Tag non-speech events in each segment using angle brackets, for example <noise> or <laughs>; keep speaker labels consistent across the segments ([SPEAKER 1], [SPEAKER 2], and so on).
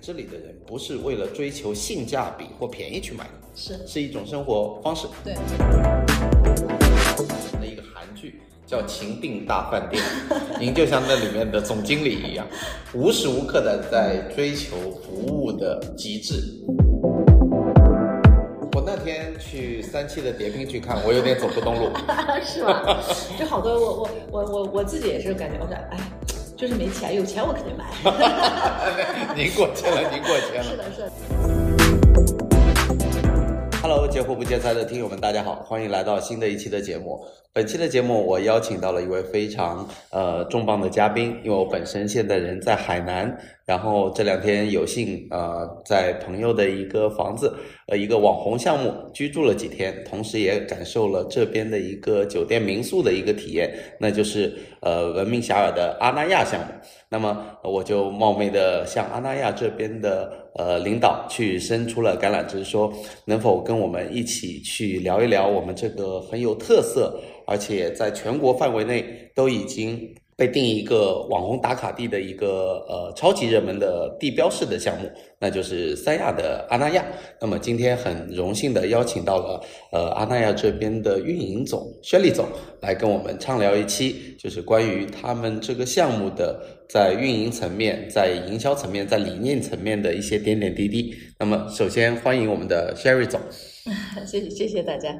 [SPEAKER 1] 这里的人不是为了追求性价比或便宜去买的，
[SPEAKER 2] 是
[SPEAKER 1] 是一种生活方式。
[SPEAKER 2] 对，
[SPEAKER 1] 那一个韩剧叫《情定大饭店》，您就像那里面的总经理一样，无时无刻的在追求服务的极致。我那天去三七的叠拼去看，我有点走不动路。
[SPEAKER 2] <laughs>
[SPEAKER 1] <laughs>
[SPEAKER 2] 是吧？就好多我我我我我自己也是感觉，我说哎，就是没钱，有钱我肯定买。
[SPEAKER 1] 您过谦了，您过谦
[SPEAKER 2] 是
[SPEAKER 1] 了。
[SPEAKER 2] 的，是的，
[SPEAKER 1] Hello，截胡不截财的听友们，大家好，欢迎来到新的一期的节目。本期的节目，我邀请到了一位非常呃重磅的嘉宾，因为我本身现在人在海南，然后这两天有幸呃在朋友的一个房子，呃一个网红项目居住了几天，同时也感受了这边的一个酒店民宿的一个体验，那就是呃闻名遐迩的阿那亚项目。那么呃我就冒昧的向阿那亚这边的呃领导去伸出了橄榄枝，说能否跟我们一起去聊一聊我们这个很有特色，而且在全国范围内都已经被定一个网红打卡地的一个呃超级热门的地标式的项目，那就是三亚的阿那亚。那么今天很荣幸的邀请到了呃阿那亚这边的运营总薛丽总来跟我们畅聊一期，就是关于他们这个项目的在运营层面、在营销层面、在理念层面的一些点点滴滴。那么首先欢迎我们的 Sherry 总。
[SPEAKER 2] 谢谢谢谢大家。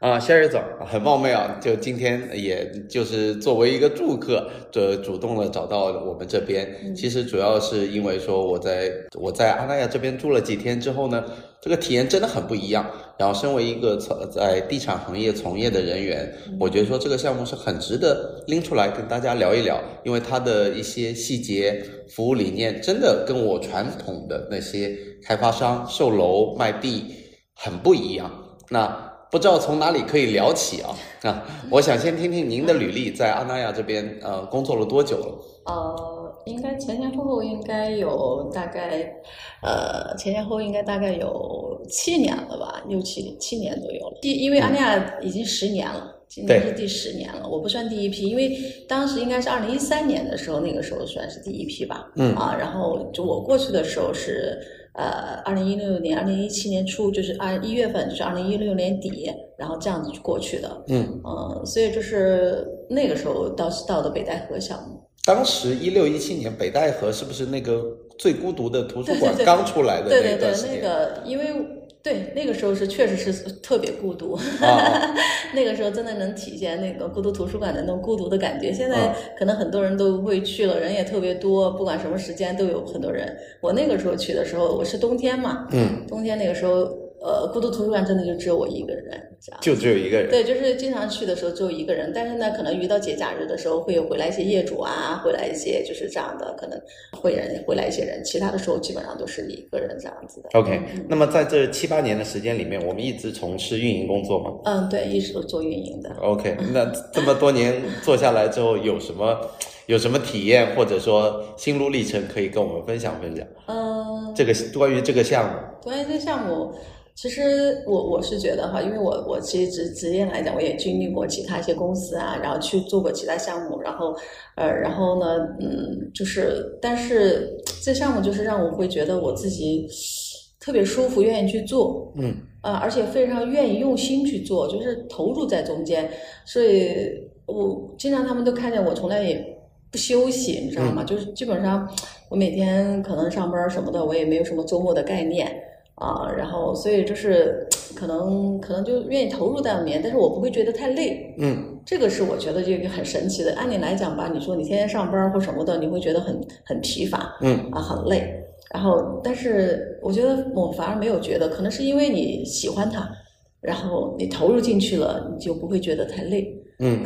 [SPEAKER 1] 啊，夏日总很冒昧啊，就今天也就是作为一个住客，这主动的找到我们这边。其实主要是因为说我在我在阿那亚这边住了几天之后呢，这个体验真的很不一样。然后身为一个从呃在地产行业从业的人员，
[SPEAKER 2] 嗯
[SPEAKER 1] 我觉得说这个项目是很值得拎出来跟大家聊一聊，因为它的一些细节、服务理念，真的跟我传统的那些开发商售楼卖地很不一样。那不知道从哪里可以聊起啊？啊，我想先听听您的履历，在阿那亚这边呃工作了多久了？
[SPEAKER 2] 呃，应该前前后后应该有大概，呃，前前后后应该大概有七年了吧，六七七年左右了。第，因为安利亚已经十年了。今年
[SPEAKER 1] 对
[SPEAKER 2] 是第十年了，我不算第一批，因为当时应该是二零一三年的时候，那个时候算是第一批吧。
[SPEAKER 1] 嗯
[SPEAKER 2] 啊，然后就我过去的时候是，呃，二零一六年、二零一七年初，就是二一月份，就是二零一六年底，然后这样子过去的。
[SPEAKER 1] 嗯，
[SPEAKER 2] 嗯，所以就是那个时候到到的北戴河项目，
[SPEAKER 1] 当时一六一七年北戴河是不是那个最孤独的图书馆
[SPEAKER 2] 对对对
[SPEAKER 1] 刚出来的
[SPEAKER 2] 对
[SPEAKER 1] 那
[SPEAKER 2] 对
[SPEAKER 1] 一
[SPEAKER 2] 对
[SPEAKER 1] 段时，
[SPEAKER 2] 那
[SPEAKER 1] 间？
[SPEAKER 2] 个因为对那个时候是确实是特别孤独， <laughs>
[SPEAKER 1] 啊，
[SPEAKER 2] 那个时候真的能体现那个孤独图书馆的那种孤独的感觉。现
[SPEAKER 1] 嗯
[SPEAKER 2] 在可能很多人都会去了，人也特别多，不管什么时间都有很多人。我那个时候去的时候，我是冬天嘛，
[SPEAKER 1] 嗯，
[SPEAKER 2] 冬天那个时候，呃，孤独图书馆真的就只有我一个人这样。
[SPEAKER 1] 就只有一个人。
[SPEAKER 2] 对，就是经常去的时候只有一个人，但是呢，可能遇到节假日的时候会有回来一些业主啊，回来一些就是这样的，可能会人回来一些人，其他的时候基本上都是一个人这样子的。
[SPEAKER 1] OK，那么在这七八年的时间里面，我们一直从事运营工作嘛。
[SPEAKER 2] 嗯，对，一直都做运营的。
[SPEAKER 1] OK，那这么多年做下来之后，有什么有什么体验，或者说心路历程可以跟我们分享分享？
[SPEAKER 2] 嗯，
[SPEAKER 1] 这个关于这个项目，
[SPEAKER 2] 关于这项目，其实我我是觉得哈，因为我我其实职职业来讲，我也经历过其他一些公司啊，然后去做过其他项目，然后呃，然后呢，嗯，就是但是这项目就是让我会觉得我自己特别舒服，愿意去做，
[SPEAKER 1] 嗯，
[SPEAKER 2] 呃，而且非常愿意用心去做，就是投入在中间，所以我经常他们都看见我从来也不休息，你知道吗？就是基本上我每天可能上班什么的，我也没有什么周末的概念啊、然后所以就是可能可能就愿意投入在里面，但是我不会觉得太累，
[SPEAKER 1] 嗯，
[SPEAKER 2] 这个是我觉得这个很神奇的。按理来讲吧，你说你天天上班或什么的，你会觉得很很疲乏，
[SPEAKER 1] 嗯
[SPEAKER 2] 啊，很累。然后，但是我觉得我反而没有觉得，可能是因为你喜欢它，然后你投入进去了，你就不会觉得太累， <laughs>
[SPEAKER 1] 嗯，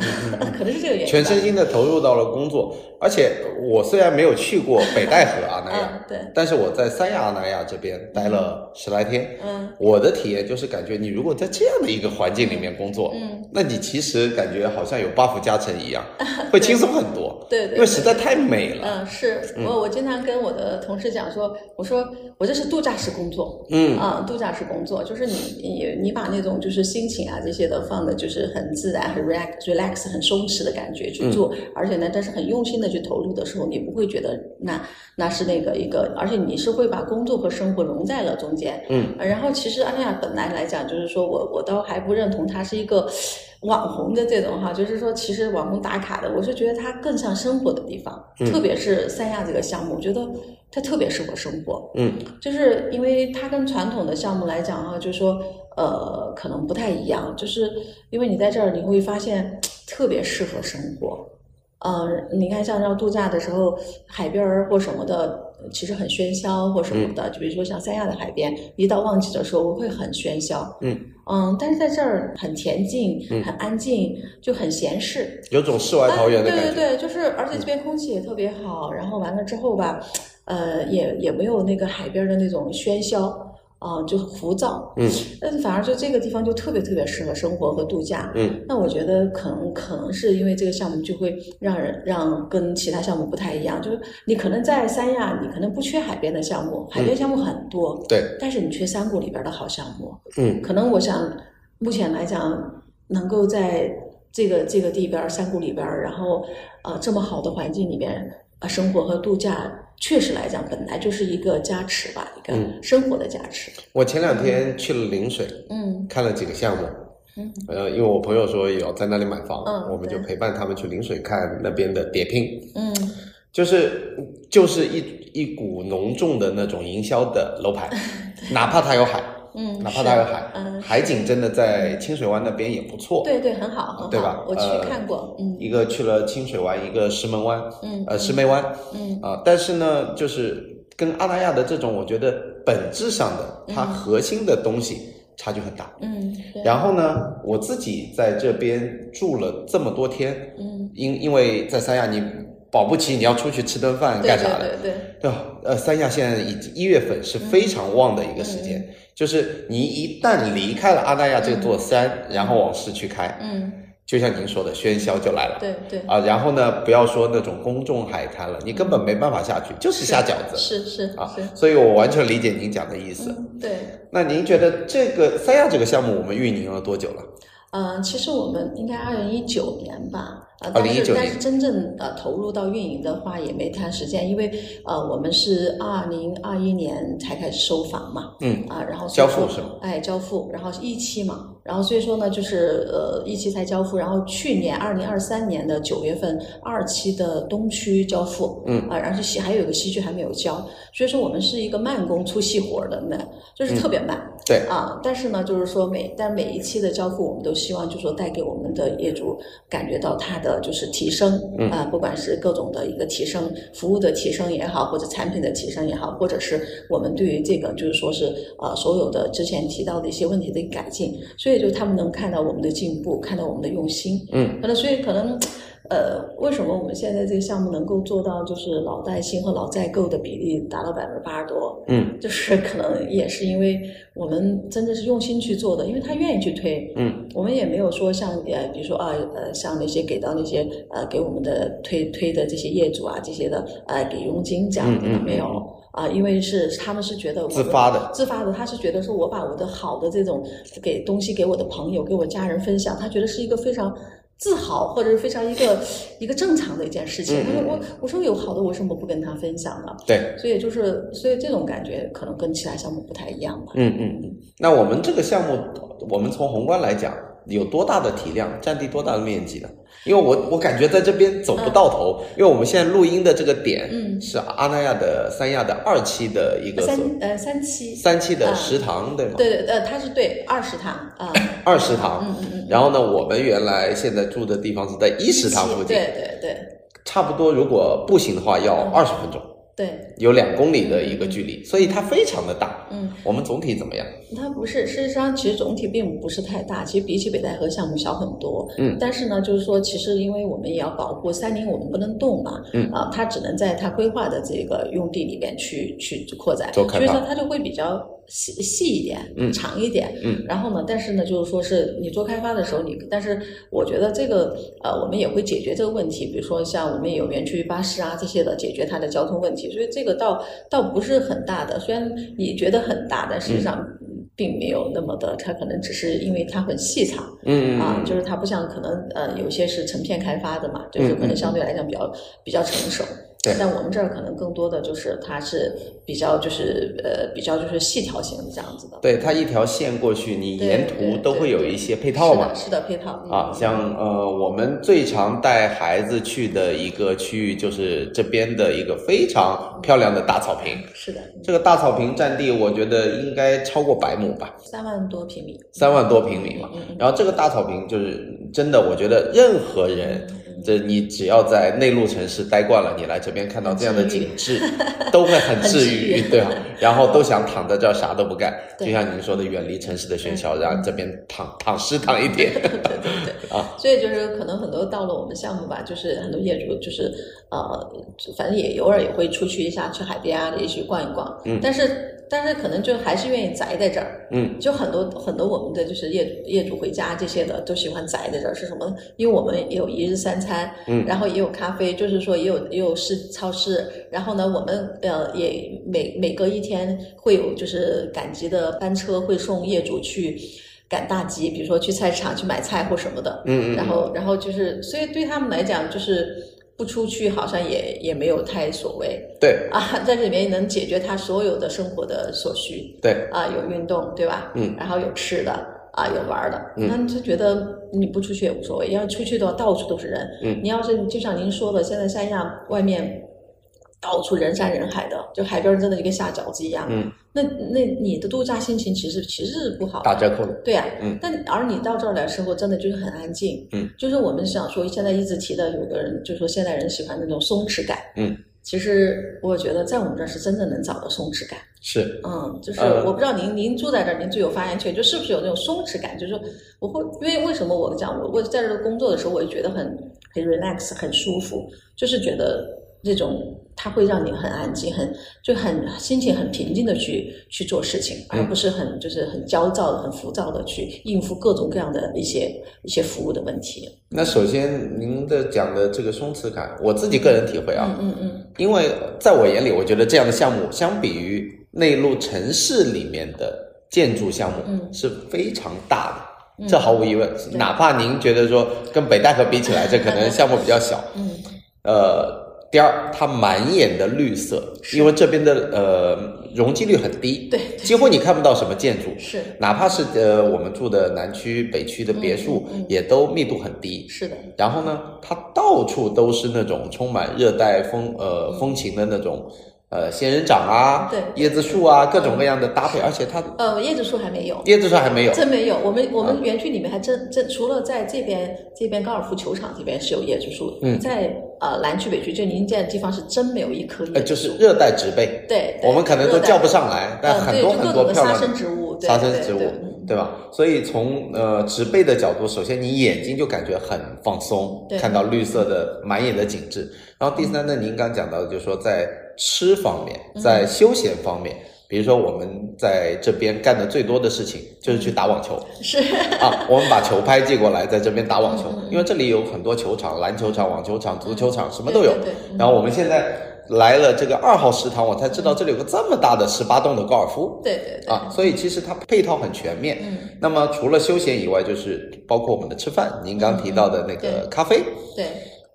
[SPEAKER 2] 可能是这个原因吧。
[SPEAKER 1] 全身心的投入到了工作。而且我虽然没有去过北戴河阿那亚，
[SPEAKER 2] 嗯，对，
[SPEAKER 1] 但是我在三亚阿那亚这边待了十来天，
[SPEAKER 2] 嗯
[SPEAKER 1] 我的体验就是感觉你如果在这样的一个环境里面工作，
[SPEAKER 2] 嗯，
[SPEAKER 1] 那你其实感觉好像有 buff 加成
[SPEAKER 2] <laughs>
[SPEAKER 1] 一样，会轻松很多，
[SPEAKER 2] 对对
[SPEAKER 1] 因为实在太美了。
[SPEAKER 2] 嗯，是我我经常跟我的同事讲说，我说我这是度假式工作，
[SPEAKER 1] 嗯
[SPEAKER 2] 啊，度假式工作就是你你你把那种就是心情啊这些的放的，就是很自然，很 relax relax 很松弛的感觉
[SPEAKER 1] 嗯
[SPEAKER 2] 去做，而且呢，但是很用心的去投入的时候，你不会觉得那那是那个一个，而且你是会把工作和生活融在了中间。
[SPEAKER 1] 嗯，
[SPEAKER 2] 然后其实安娜本来来讲，就是说我我倒还不认同她是一个网红的这种哈，就是说其实网红打卡的，我是觉得它更像生活的地方，
[SPEAKER 1] 嗯
[SPEAKER 2] 特别是三亚这个项目，我觉得它特别适合生活。
[SPEAKER 1] 嗯
[SPEAKER 2] 就是因为它跟传统的项目来讲哈、就是说呃可能不太一样，就是因为你在这儿你会发现特别适合生活，呃，你看像要度假的时候，海边儿或什么的。其实很喧嚣或什么
[SPEAKER 1] 嗯
[SPEAKER 2] 的，就比如说像三亚的海边，一到旺季的时候会很喧嚣，
[SPEAKER 1] 嗯，
[SPEAKER 2] 嗯，但是在这儿很恬静、
[SPEAKER 1] 嗯
[SPEAKER 2] 很安静，就很闲适，
[SPEAKER 1] 有种世外桃源的
[SPEAKER 2] 啊
[SPEAKER 1] 感觉。嗯
[SPEAKER 2] 对对对，就是而且这边空气也特别好，然后完了之后吧，呃，也也没有那个海边的那种喧嚣啊、就浮躁。
[SPEAKER 1] 嗯
[SPEAKER 2] 但是反而就这个地方就特别特别适合生活和度假。
[SPEAKER 1] 嗯
[SPEAKER 2] 那我觉得可能可能是因为这个项目就会让人让跟其他项目不太一样，就是你可能在三亚，你可能不缺海边的项目，海边
[SPEAKER 1] 嗯
[SPEAKER 2] 项目很多，
[SPEAKER 1] 对，
[SPEAKER 2] 但是你缺山谷里边的好项目。
[SPEAKER 1] 嗯
[SPEAKER 2] 可能我想，目前来讲，能够在这个这个地边儿山谷里边儿，然后呃这么好的环境里边呃生活和度假，确实来讲本来就是一个加持吧，一
[SPEAKER 1] 嗯
[SPEAKER 2] 个生活的加持。
[SPEAKER 1] 我前两天去了陵水，
[SPEAKER 2] 嗯
[SPEAKER 1] 看了几个项目。
[SPEAKER 2] 嗯
[SPEAKER 1] 呃，因为我朋友说有在那里买房，
[SPEAKER 2] 嗯
[SPEAKER 1] 我们就
[SPEAKER 2] 对
[SPEAKER 1] 陪伴他们去陵水看那边的叠拼。
[SPEAKER 2] 嗯
[SPEAKER 1] 就是就是一一股浓重的那种营销的楼
[SPEAKER 2] <laughs>
[SPEAKER 1] 盘，哪怕它有海，
[SPEAKER 2] 嗯，
[SPEAKER 1] 哪怕
[SPEAKER 2] 是
[SPEAKER 1] 它有海，
[SPEAKER 2] 嗯，
[SPEAKER 1] 海景真的在清水湾那边也不错。，
[SPEAKER 2] 对对，很好很好，
[SPEAKER 1] 对吧
[SPEAKER 2] 我去
[SPEAKER 1] 呃
[SPEAKER 2] 看过，嗯
[SPEAKER 1] 一个去了清水湾，一个石门湾，
[SPEAKER 2] 嗯
[SPEAKER 1] 呃，石梅湾
[SPEAKER 2] 嗯
[SPEAKER 1] 啊、但是呢，就是跟阿那亚的这种，我觉得本质上的它核心的东西差距很大。
[SPEAKER 2] 嗯，对，
[SPEAKER 1] 然后呢，我自己在这边住了这么多天，
[SPEAKER 2] 嗯
[SPEAKER 1] 因因为在三亚你保不齐你要出去吃顿饭
[SPEAKER 2] 对
[SPEAKER 1] 干啥
[SPEAKER 2] 对
[SPEAKER 1] 的，
[SPEAKER 2] 对对，
[SPEAKER 1] 对吧？呃，三亚现在已经一月份是非常旺的一个时
[SPEAKER 2] 嗯
[SPEAKER 1] 间，就是你一旦离开了阿那亚这座山，然后往市区开，
[SPEAKER 2] 嗯
[SPEAKER 1] 就像您说的，喧嚣就来了。
[SPEAKER 2] 对对
[SPEAKER 1] 啊，然后呢，不要说那种公众海滩了，你根本没办法下去，就是下饺子
[SPEAKER 2] 嗯是是
[SPEAKER 1] 啊
[SPEAKER 2] 是，。
[SPEAKER 1] 所以我完全理解您讲的意思。
[SPEAKER 2] 嗯对。
[SPEAKER 1] 那您觉得这个三亚这个项目我们运营了多久了？
[SPEAKER 2] 嗯，其实我们应该二零一九年吧，呃，但
[SPEAKER 1] 2019
[SPEAKER 2] 是但
[SPEAKER 1] 年
[SPEAKER 2] 是真正呃投入到运营的话也没太时间，因为呃我们是二零二一年才开始收房嘛，
[SPEAKER 1] 嗯，
[SPEAKER 2] 啊，然后所
[SPEAKER 1] 交
[SPEAKER 2] 以说
[SPEAKER 1] 付是吗？
[SPEAKER 2] 哎，交付，然后是一期嘛，然后所以说呢，就是呃一期才交付，然后去年二零二三年的九月份二期的东区交付，
[SPEAKER 1] 嗯
[SPEAKER 2] 啊，然后西还有一个西区还没有交，所以说我们是一个慢工出细活儿的那，就是特别慢，
[SPEAKER 1] 对，
[SPEAKER 2] 啊，但是呢，就是说每但每一期的交付，我们都希望就是说带给我们的业主感觉到它的就是提升，
[SPEAKER 1] 嗯
[SPEAKER 2] 啊，不管是各种的一个提升，服务的提升也好，或者产品的提升也好，或者是我们对于这个就是说是呃所有的之前提到的一些问题的改进，所以就他们能看到我们的进步，看到我们的用心，
[SPEAKER 1] 嗯，
[SPEAKER 2] 可能所以可能。呃，为什么我们现在这个项目能够做到就是老带新和老在购的比例达到百分之八十多？
[SPEAKER 1] 嗯，
[SPEAKER 2] 就是可能也是因为我们真的是用心去做的，因为他愿意去推，
[SPEAKER 1] 嗯，
[SPEAKER 2] 我们也没有说像呃，比如说啊呃，像那些给到那些呃给我们的推推的这些业主啊这些的呃给佣金这
[SPEAKER 1] 嗯
[SPEAKER 2] 样的
[SPEAKER 1] 嗯嗯
[SPEAKER 2] 没有啊、因为是他们是觉得我
[SPEAKER 1] 自
[SPEAKER 2] 们
[SPEAKER 1] 发的
[SPEAKER 2] 自发的，他是觉得说我把我的好的这种给东西给我的朋友给我家人分享，他觉得是一个非常。自豪，或者是非常一个一个正常的一件事情。
[SPEAKER 1] 嗯
[SPEAKER 2] 他
[SPEAKER 1] 嗯
[SPEAKER 2] 说我我说有好的，我为什么不跟他分享呢？
[SPEAKER 1] 对，
[SPEAKER 2] 所以就是，所以这种感觉可能跟其他项目不太一样吧。
[SPEAKER 1] 嗯嗯嗯。那我们这个项目，我们从宏观来讲，有多大的体量，占地多大的面积呢？因为我我感觉在这边走不到头，因为我们现在录音的这个点
[SPEAKER 2] 嗯
[SPEAKER 1] 是阿那亚的三亚的二期的一个
[SPEAKER 2] 三
[SPEAKER 1] 所
[SPEAKER 2] 呃三期，
[SPEAKER 1] 三期的
[SPEAKER 2] 嗯
[SPEAKER 1] 食堂，对吗？
[SPEAKER 2] 对对呃，他是对二食堂
[SPEAKER 1] <laughs>
[SPEAKER 2] 啊，
[SPEAKER 1] 二食堂。
[SPEAKER 2] 嗯嗯嗯，
[SPEAKER 1] 然后呢，我们原来现在住的地方是在一食堂附近，
[SPEAKER 2] 期对嗯对对
[SPEAKER 1] 差不多如果步行的话要二十分钟，
[SPEAKER 2] 对，
[SPEAKER 1] 有两公里的一个距离，所以它非常的大。
[SPEAKER 2] 嗯，
[SPEAKER 1] 我们总体怎么样？
[SPEAKER 2] 它不是，事实上其实总体并不是太大，其实比起北戴河项目小很多。
[SPEAKER 1] 嗯，
[SPEAKER 2] 但是呢，就是说，其实因为我们也要保护山林，我们不能动嘛。
[SPEAKER 1] 嗯
[SPEAKER 2] 啊，它只能在它规划的这个用地里边去去扩展，
[SPEAKER 1] 做开
[SPEAKER 2] 所以
[SPEAKER 1] 发
[SPEAKER 2] 说它就会比较细细一点，
[SPEAKER 1] 嗯
[SPEAKER 2] 长一点。
[SPEAKER 1] 嗯，
[SPEAKER 2] 然后呢，但是呢，就是说是你做开发的时候你，但是我觉得这个呃，我们也会解决这个问题，比如说像我们也有园区巴士啊这些的，解决它的交通问题，所以这个倒倒不是很大的，虽然你觉得很大，但实际上。嗯并没有那么的，它可能只是因为它很细长
[SPEAKER 1] 嗯嗯
[SPEAKER 2] 啊，
[SPEAKER 1] 嗯
[SPEAKER 2] 就是它不像可能呃有些是成片开发的嘛，就是可能相对来讲比较比较成熟。
[SPEAKER 1] 嗯对
[SPEAKER 2] 但我们这儿可能更多的就是它是比较就是呃比较就是细条形的这样子的。
[SPEAKER 1] 对，它一条线过去，你
[SPEAKER 2] 对
[SPEAKER 1] 沿
[SPEAKER 2] 对
[SPEAKER 1] 途都
[SPEAKER 2] 对
[SPEAKER 1] 会有
[SPEAKER 2] 对
[SPEAKER 1] 一些配套嘛。
[SPEAKER 2] 是的，是的，配套嗯
[SPEAKER 1] 啊，像呃，我们最常带孩子去的一个区域就是这边的一个非常漂亮的大草坪。
[SPEAKER 2] 是的，
[SPEAKER 1] 这个大草坪占地，我觉得应该超过百亩吧，
[SPEAKER 2] 三万多平米，
[SPEAKER 1] 三万多平米嘛。
[SPEAKER 2] 嗯嗯
[SPEAKER 1] 然后这个大草坪就是真的，我觉得任何人，这你只要在内陆城市待惯了，你来这边看到这样的景致，都会很治愈，
[SPEAKER 2] 很治愈
[SPEAKER 1] 对吧？然后都想躺在这儿啥都不干，就
[SPEAKER 2] 对嗯
[SPEAKER 1] 像您说的，远离城市的喧嚣，让这边躺躺尸躺一
[SPEAKER 2] <laughs>
[SPEAKER 1] 天。
[SPEAKER 2] 对对对
[SPEAKER 1] 啊
[SPEAKER 2] 所以就是可能很多到了我们项目吧，就是很多业主就是呃，反正也偶尔也会出去一下，去海边啊，也许逛一逛。
[SPEAKER 1] 嗯
[SPEAKER 2] 但是但是可能就还是愿意宅在这儿。
[SPEAKER 1] 嗯，
[SPEAKER 2] 就很多很多我们的就是业主业主回家这些的都喜欢宅在这儿，是什么呢？因为我们也有一日三餐，
[SPEAKER 1] 嗯
[SPEAKER 2] 然后也有咖啡，就是说也有也有市超市，然后呢，我们呃也每每隔一天会有就是赶集的班车会送业主去赶大集，比如说去菜市场去买菜或什么的，
[SPEAKER 1] 嗯嗯嗯
[SPEAKER 2] 然后然后就是，所以对他们来讲就是。不出去好像也也没有太所谓
[SPEAKER 1] 对
[SPEAKER 2] 啊， <laughs> 在这里面能解决他所有的生活的所需。
[SPEAKER 1] 对，
[SPEAKER 2] 啊，有运动，对吧？
[SPEAKER 1] 嗯
[SPEAKER 2] 然后有吃的啊，有玩儿的，
[SPEAKER 1] 嗯
[SPEAKER 2] 那你就觉得你不出去也无所谓，要出去的话到处都是人。
[SPEAKER 1] 嗯
[SPEAKER 2] 你要是就像您说的，现在三亚外面到处人山人海的，就海边儿真的就跟下饺子一样。
[SPEAKER 1] 嗯，
[SPEAKER 2] 那那你的度假心情其实其实是不好的。
[SPEAKER 1] 打折扣的。
[SPEAKER 2] 对呀、
[SPEAKER 1] 嗯
[SPEAKER 2] 但而你到这儿来生活，真的就是很安静，
[SPEAKER 1] 嗯，
[SPEAKER 2] 就是我们想说，现在一直提的，有的人就说现代人喜欢那种松弛感，
[SPEAKER 1] 嗯，
[SPEAKER 2] 其实我觉得在我们这儿是真正能找到松弛感。
[SPEAKER 1] 是，
[SPEAKER 2] 嗯，就是
[SPEAKER 1] 呃
[SPEAKER 2] 我不知道您您住在这儿，您最有发言权，就是不是有那种松弛感？就是说我会，因为为什么我讲我我在这儿工作的时候，我就觉得很很 relax，很舒服，就是觉得这种它会让你很安静，很就很心情很平静的去去做事情，而
[SPEAKER 1] 嗯
[SPEAKER 2] 不是很就是很焦躁的、很浮躁的去应付各种各样的一些一些服务的问题。
[SPEAKER 1] 那首先您的讲的这个松弛感，我自己个人体会啊，
[SPEAKER 2] 嗯嗯嗯，
[SPEAKER 1] 因为在我眼里，我觉得这样的项目相比于内陆城市里面的建筑项目，
[SPEAKER 2] 嗯
[SPEAKER 1] 是非常大的。
[SPEAKER 2] 嗯
[SPEAKER 1] 这毫无疑问，哪怕您觉得说跟北戴河比起来，这可能项目比较小，
[SPEAKER 2] 嗯，
[SPEAKER 1] 呃，第二，它满眼的绿色，
[SPEAKER 2] 是
[SPEAKER 1] 因为这边的呃容积率很低，
[SPEAKER 2] 对，
[SPEAKER 1] 几乎你看不到什么建筑，
[SPEAKER 2] 是
[SPEAKER 1] 哪怕是呃我们住的南区、北区的别墅，
[SPEAKER 2] 嗯嗯嗯
[SPEAKER 1] 也都密度很低。
[SPEAKER 2] 是的，
[SPEAKER 1] 然后呢，它到处都是那种充满热带风呃风情的那种呃仙人掌啊、椰
[SPEAKER 2] 对
[SPEAKER 1] 子树啊各种各样的搭配，而且它
[SPEAKER 2] 呃，椰子树还没有，
[SPEAKER 1] 椰子树还没有，啊
[SPEAKER 2] 真没有，我们我们园区里面还真真除了在这边这边高尔夫球场这边是有椰子树，
[SPEAKER 1] 嗯
[SPEAKER 2] 在呃南区北区就您这地方是真没有一棵椰子树，
[SPEAKER 1] 呃就是热带植被，
[SPEAKER 2] 对，对
[SPEAKER 1] 我们可能都
[SPEAKER 2] 热带
[SPEAKER 1] 叫不上来，但
[SPEAKER 2] 呃
[SPEAKER 1] 很
[SPEAKER 2] 对
[SPEAKER 1] 多
[SPEAKER 2] 就
[SPEAKER 1] 很
[SPEAKER 2] 各
[SPEAKER 1] 多
[SPEAKER 2] 种的
[SPEAKER 1] 漂亮
[SPEAKER 2] 沙生植物，对
[SPEAKER 1] 沙生植物
[SPEAKER 2] 对对嗯，
[SPEAKER 1] 对吧？所以从呃植被的角度，首先你眼睛就感觉很放松，
[SPEAKER 2] 对
[SPEAKER 1] 看到绿色的满眼的景致。然后第三呢，您刚讲到的就是说在吃方面，
[SPEAKER 2] 嗯
[SPEAKER 1] 在休闲方面，比如说我们在这边干的最多的事情就是去打网球
[SPEAKER 2] 是
[SPEAKER 1] 啊，我们把球拍寄过来，在这边打网球，因为这里有很多球场，篮球场、网球场、足球场，什么都有
[SPEAKER 2] 对对对。嗯嗯
[SPEAKER 1] 然后我们现在来了这个二号食堂，我才知道这里有个这么大的十八洞的高尔夫。
[SPEAKER 2] 对对对，
[SPEAKER 1] 啊，所以其实它配套很全面。
[SPEAKER 2] 嗯，
[SPEAKER 1] 那么除了休闲以外，就是包括我们的吃饭，您刚提到的那
[SPEAKER 2] 嗯
[SPEAKER 1] 个
[SPEAKER 2] 对
[SPEAKER 1] 咖啡。
[SPEAKER 2] 对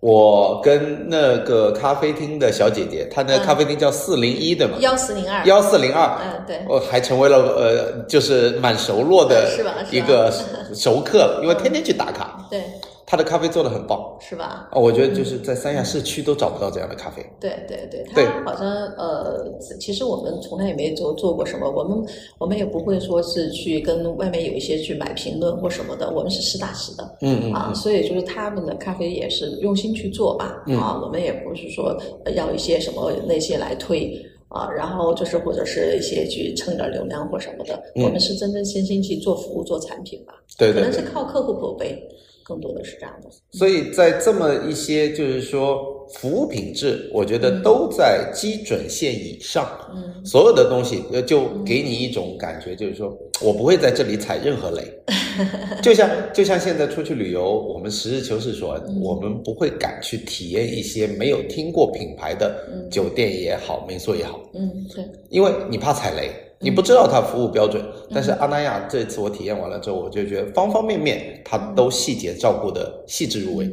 [SPEAKER 1] 我跟那个咖啡厅的小姐姐，她那个
[SPEAKER 2] 嗯
[SPEAKER 1] 咖啡厅叫四零一对嘛，
[SPEAKER 2] 幺四零二，
[SPEAKER 1] 幺四零二，
[SPEAKER 2] 嗯对，嗯
[SPEAKER 1] 我还成为了呃，就是蛮熟络的
[SPEAKER 2] 是吧是吧
[SPEAKER 1] 一个
[SPEAKER 2] <laughs>
[SPEAKER 1] 熟客了，因为天天去打卡。
[SPEAKER 2] 对
[SPEAKER 1] 她的咖啡做的很棒
[SPEAKER 2] 是吧？
[SPEAKER 1] 啊，我觉得就是在三亚市区都找不到这样的咖啡。
[SPEAKER 2] 对对对，
[SPEAKER 1] 对
[SPEAKER 2] 他好像呃，其实我们从来也没做做过什么，我们我们也不会说是去跟外面有一些去买评论或什么的，我们是实打实的。
[SPEAKER 1] 嗯嗯
[SPEAKER 2] 啊，所以就是他们的咖啡也是用心去做吧，
[SPEAKER 1] 嗯
[SPEAKER 2] 啊，我们也不是说呃要一些什么那些来推啊，然后就是或者是一些去蹭点流量或什么的，
[SPEAKER 1] 嗯
[SPEAKER 2] 我们是真真心心去做服务、做产品吧，
[SPEAKER 1] 对
[SPEAKER 2] 可
[SPEAKER 1] 对
[SPEAKER 2] 能
[SPEAKER 1] 对
[SPEAKER 2] 是。靠客户口碑，更多的是这样的。
[SPEAKER 1] 所以在这么一些就是说服务品质，我觉得都在基准线以上。
[SPEAKER 2] 嗯，
[SPEAKER 1] 所有的东西呃，就给你一种感觉，就是说我不会在这里踩任何雷。
[SPEAKER 2] <laughs>
[SPEAKER 1] 就像就像现在出去旅游，我们实事求是说，
[SPEAKER 2] 嗯
[SPEAKER 1] 我们不会敢去体验一些没有听过品牌的
[SPEAKER 2] 嗯
[SPEAKER 1] 酒店也好、民宿也好，
[SPEAKER 2] 嗯，对，
[SPEAKER 1] 因为你怕踩雷。
[SPEAKER 2] 嗯
[SPEAKER 1] 你不知道它服务标准，但是阿那亚这次我体验完了之后，我就觉得方方面面它都细节照顾的细致入微。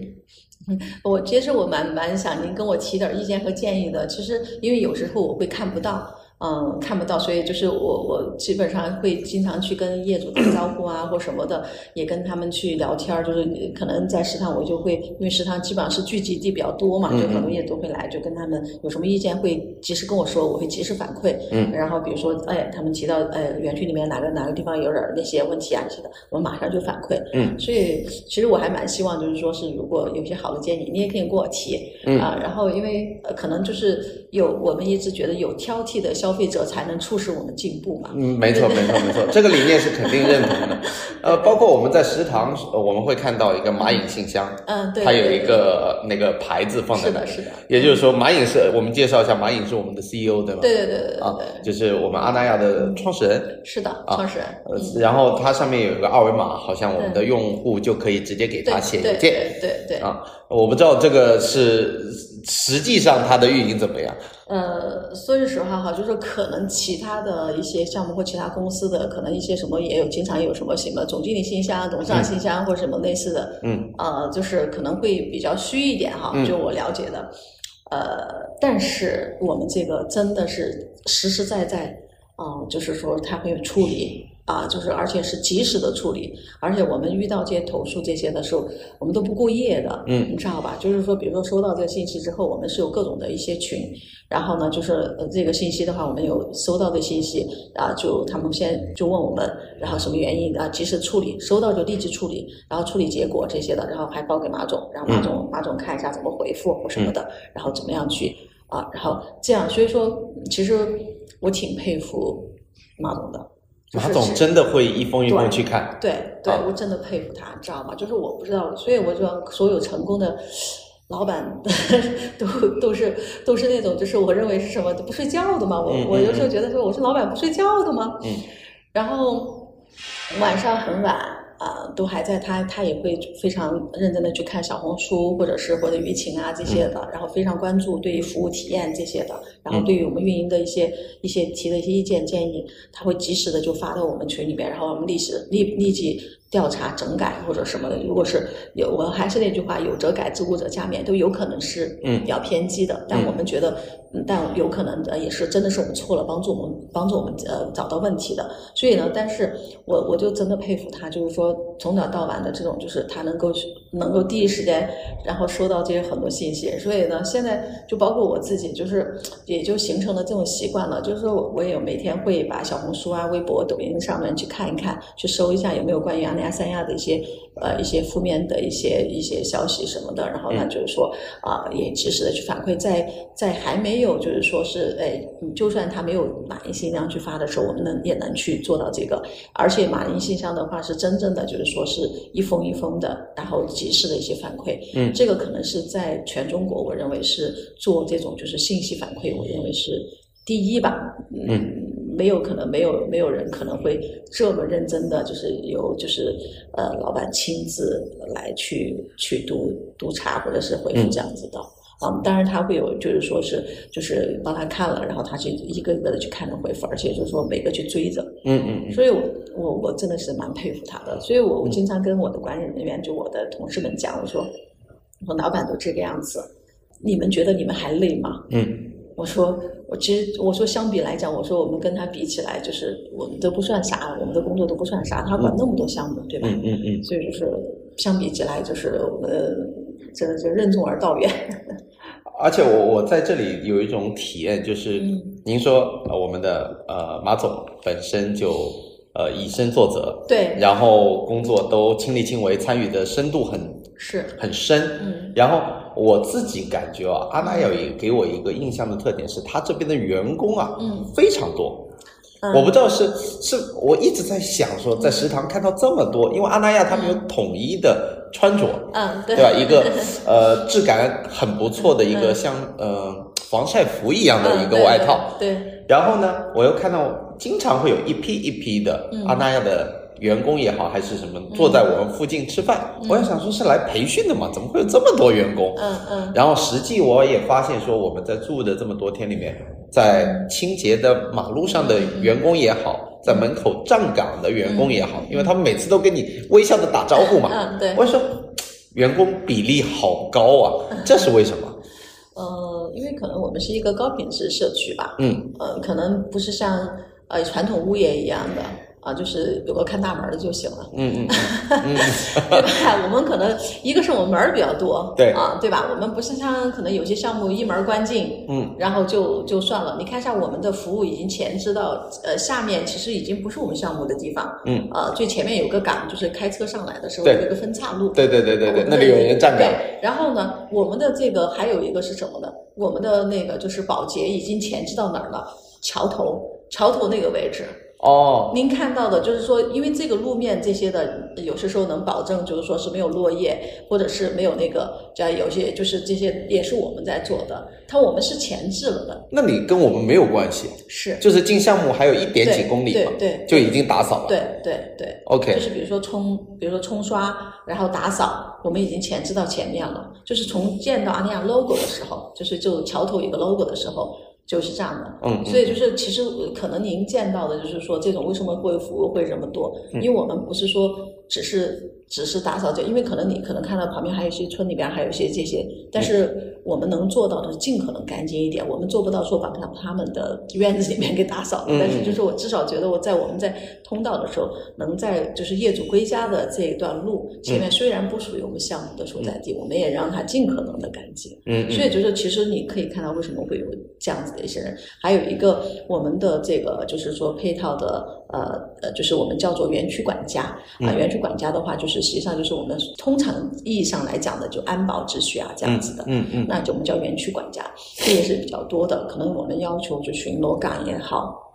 [SPEAKER 2] 我其实我蛮蛮想您跟我提点意见和建议的。其实因为有时候我会看不到，嗯，看不到，所以就是我我基本上会经常去跟业主打招呼啊或什么的，也跟他们去聊天儿。就是可能在食堂我就会，因为食堂基本上是聚集地比较多嘛，就很多业主会来，就跟他们有什么意见会及时跟我说，我会及时反馈。
[SPEAKER 1] 嗯
[SPEAKER 2] 然后比如说，哎，他们提到哎园区里面哪个哪个地方有点儿那些问题啊，这些的，我马上就反馈。
[SPEAKER 1] 嗯
[SPEAKER 2] 所以其实我还蛮希望，就是说是如果有些好的建议，你也可以给我提、
[SPEAKER 1] 嗯
[SPEAKER 2] 啊。然后因为、呃可能就是有我们一直觉得有挑剔的消费者才能促使我们进步嘛。
[SPEAKER 1] 嗯，没错，没错，
[SPEAKER 2] <laughs>
[SPEAKER 1] 没错，这个理念是肯定认同的。呃，包括我们在食堂，呃我们会看到一个蚂蚁信箱，
[SPEAKER 2] 嗯，对，
[SPEAKER 1] 它有
[SPEAKER 2] 对
[SPEAKER 1] 一个那个牌子放在
[SPEAKER 2] 是
[SPEAKER 1] 那
[SPEAKER 2] 的，
[SPEAKER 1] 里。
[SPEAKER 2] 是的，
[SPEAKER 1] 也就是说，蚂蚁是我们介绍一下，蚂蚁是我们的 CEO 对吧？
[SPEAKER 2] 对对对对对
[SPEAKER 1] 啊
[SPEAKER 2] 对，，嗯
[SPEAKER 1] 就是我们阿那亚的创始人。
[SPEAKER 2] 是的，创始人，
[SPEAKER 1] 呃
[SPEAKER 2] 嗯，
[SPEAKER 1] 然后它上面有一个二维码，好像我们的用户就可以直接给
[SPEAKER 2] 对
[SPEAKER 1] 他写
[SPEAKER 2] 对
[SPEAKER 1] 邮件。
[SPEAKER 2] 对对对，
[SPEAKER 1] 啊，我不知道这个是实际上它的运营怎么样。
[SPEAKER 2] 呃，说句实话哈，就是可能其他的一些项目或其他公司的，可能一些什么也有，经常有什么什么总经理信箱、董事长信箱或者什么类似的，
[SPEAKER 1] 嗯，
[SPEAKER 2] 呃，就是可能会比较虚一点哈
[SPEAKER 1] 嗯，
[SPEAKER 2] 就我了解的，呃，但是我们这个真的是实实在在，嗯、就是说他会处理。啊，就是而且是及时的处理，而且我们遇到这些投诉这些的时候，我们都不过夜的，
[SPEAKER 1] 嗯
[SPEAKER 2] 你知道吧？就是说，比如说收到这个信息之后，我们是有各种的一些群，然后呢，就是呃这个信息的话，我们有收到的信息，啊，就他们先就问我们，然后什么原因啊，及时处理，收到就立即处理，然后处理结果这些的，然后还报给马总，让马总马总看一下怎么回复或什么的，然后怎么样去啊，然后这样，所以说其实我挺佩服马总的，就是
[SPEAKER 1] 马总
[SPEAKER 2] 是
[SPEAKER 1] 真的会一封一封
[SPEAKER 2] 对
[SPEAKER 1] 去看。
[SPEAKER 2] 对对
[SPEAKER 1] 啊，
[SPEAKER 2] 我真的佩服他，你知道吗？就是我不知道，所以我就要所有成功的老板 <laughs> 都都是都是那种，就是我认为是什么都不睡觉的嘛。我
[SPEAKER 1] 嗯嗯
[SPEAKER 2] 我有时候
[SPEAKER 1] 嗯
[SPEAKER 2] 觉得说我是老板不睡觉的吗？
[SPEAKER 1] 嗯。
[SPEAKER 2] 然后晚上很晚啊、都还在他他也会非常认真的去看小红书或者是或者舆情啊这些的，
[SPEAKER 1] 嗯
[SPEAKER 2] 然后非常关注对于服务体验这些的，然后对于我们运营的一些一些提的一些意见建议，他会及时的就发到我们群里面，然后我们立时立立即调查整改或者什么的。如果是有，我还是那句话，有则改之，无则加勉，都有可能是
[SPEAKER 1] 嗯
[SPEAKER 2] 比较偏激的。但我们觉得，嗯但有可能呃也是真的是我们错了，帮助我们帮助我们呃找到问题的。所以呢，但是我我就真的佩服他，就是说从早到晚的这种，就是他能够去能够第一时间，然后收到这些很多信息。所以呢，现在就包括我自己，就是也就形成了这种习惯了，就是说我我也每天会把小红书啊、微博、抖音上面去看一看，去搜一下有没有关于阿那亚三亚的一些呃一些负面的一些一些消息什么的，然后呢就是说啊、也及时的去反馈，在在还没有就是说是哎，嗯就算他没有满意信箱去发的时候，我们能也能去做到这个，而且满意信箱的话是真正的就是说是一封一封的，然后及时的一些反馈，
[SPEAKER 1] 嗯
[SPEAKER 2] 这个可能是在全中国，我认为是做这种就是信息反馈，我认为是第一吧。嗯，没有可能，没有没有人可能会这么认真的，就是由就是呃老板亲自来去去督督查或者是回复这样子的。啊，当然他会有，就是说是，就是帮他看了，然后他去一个一个的去看着回复，而且就是说每个去追着，
[SPEAKER 1] 嗯嗯嗯。
[SPEAKER 2] 所以我，我我真的是蛮佩服他的。所以我我经常跟我的管理人员，就我的同事们讲，我说，我说老板都这个样子，你们觉得你们还累吗？
[SPEAKER 1] 嗯
[SPEAKER 2] 我说，我其实我说相比来讲，我说我们跟他比起来，就是我们都不算啥，我们的工作都不算啥，他管那么多项目，对吧？
[SPEAKER 1] 嗯嗯嗯，
[SPEAKER 2] 所以就是相比起来，就是我们真的就任重而道远。
[SPEAKER 1] 而且我我在这里有一种体验，就是、
[SPEAKER 2] 嗯
[SPEAKER 1] 您说呃我们的呃马总本身就呃以身作则，
[SPEAKER 2] 对，
[SPEAKER 1] 然后工作都亲力亲为，参与的深度很
[SPEAKER 2] 是，
[SPEAKER 1] 很深。
[SPEAKER 2] 嗯
[SPEAKER 1] 然后我自己感觉啊，阿那亚也给我一个印象的特点是，他这边的员工啊
[SPEAKER 2] 嗯，
[SPEAKER 1] 非常多。
[SPEAKER 2] 嗯
[SPEAKER 1] 我不知道是是，我一直在想说，在食堂看到这么多，因为阿那亚他们有统一的穿着，
[SPEAKER 2] 嗯，对
[SPEAKER 1] 对吧？一
[SPEAKER 2] <laughs>
[SPEAKER 1] 个呃质感很不错的一个
[SPEAKER 2] 嗯
[SPEAKER 1] 像呃防晒服一样的一
[SPEAKER 2] 嗯
[SPEAKER 1] 个
[SPEAKER 2] 对
[SPEAKER 1] 外套，
[SPEAKER 2] 对，对
[SPEAKER 1] 然后呢，我又看到经常会有一批一批的
[SPEAKER 2] 嗯
[SPEAKER 1] 阿那亚的员工也好，还是什么，坐在我们附近吃饭。我要想说，是来培训的嘛？怎么会有这么多员工？
[SPEAKER 2] 嗯嗯
[SPEAKER 1] 然后实际我也发现说，我们在住的这么多天里面，在清洁的马路上的员工也好，在门口站岗的员工也好，因为他们每次都跟你微笑的打招呼嘛。
[SPEAKER 2] 嗯，对，
[SPEAKER 1] 我说，员工比例好高啊，
[SPEAKER 2] 嗯
[SPEAKER 1] 这是为什么？
[SPEAKER 2] 呃，因为可能我们是一个高品质社区吧，
[SPEAKER 1] 嗯
[SPEAKER 2] 呃，可能不是像呃传统物业一样的啊、就是有个看大门儿的
[SPEAKER 1] <laughs>
[SPEAKER 2] 就行了。
[SPEAKER 1] 嗯嗯
[SPEAKER 2] <laughs> 对吧？我 <laughs> 们可能一个是我们门儿比较多，
[SPEAKER 1] 对
[SPEAKER 2] 啊，对吧？我们不是像可能有些项目一门儿关进，
[SPEAKER 1] 嗯，
[SPEAKER 2] 然后就就算了。你看一下我们的服务已经前置到呃下面，其实已经不是我们项目的地方，
[SPEAKER 1] 嗯，
[SPEAKER 2] 呃，最前面有个岗，就是开车上来的时候
[SPEAKER 1] 对
[SPEAKER 2] 有一个分岔路，
[SPEAKER 1] 对对对对对
[SPEAKER 2] 我，们
[SPEAKER 1] 那
[SPEAKER 2] 的
[SPEAKER 1] 里有人站岗。
[SPEAKER 2] 对，然后呢，我们的这个还有一个是什么呢？我们的那个就是保洁已经前置到哪儿了？桥头，桥头那个位置，
[SPEAKER 1] 哦，
[SPEAKER 2] 您看到的，就是说，因为这个路面这些的，有些时候能保证，就是说是没有落叶，或者是没有那个，这样有些就是这些也是我们在做的，它我们是前置了的，
[SPEAKER 1] 那你跟我们没有关系，
[SPEAKER 2] 是
[SPEAKER 1] 就是进项目还有一点几
[SPEAKER 2] 对
[SPEAKER 1] 公里
[SPEAKER 2] 对
[SPEAKER 1] 嘛，
[SPEAKER 2] 对
[SPEAKER 1] 就已经打扫了。
[SPEAKER 2] 对对对，就
[SPEAKER 1] OK，
[SPEAKER 2] 是比如说冲，比如说冲刷，然后打扫，我们已经前置到前面了，就是从见到阿尼亚 logo 的时候，就是就桥头有个 logo 的时候，就是这样的，
[SPEAKER 1] 嗯，嗯
[SPEAKER 2] 所以就是，其实呃可能您见到的就是说，这种为什么会服务会这么多？
[SPEAKER 1] 嗯
[SPEAKER 2] 因为我们不是说只是只是打扫这，因为可能你可能看到旁边还有一些村里边还有一些这些，
[SPEAKER 1] 嗯
[SPEAKER 2] 但是我们能做到的是尽可能干净一点，我们做不到说把他他们的院子里面给打扫了
[SPEAKER 1] 嗯嗯
[SPEAKER 2] 但是就是我至少觉得我在我们在通道的时候，能在就是业主归家的这一段路
[SPEAKER 1] 嗯
[SPEAKER 2] 前面，虽然不属于我们项目的所在地，我们也让它尽可能的干净。
[SPEAKER 1] 嗯
[SPEAKER 2] 所
[SPEAKER 1] 嗯，
[SPEAKER 2] 以就是，其实你可以看到为什么会有这样子的一些人，还有一个我们的这个就是说配套的呃呃，就是我们叫做园区管家啊、
[SPEAKER 1] 嗯
[SPEAKER 2] 园区管家的话，就是实际上就是我们通常意义上来讲的，就安保秩序啊这样子的。
[SPEAKER 1] 嗯嗯
[SPEAKER 2] 那就我们叫园区管家，这也是比较多的。可能我们要求就巡逻岗也好，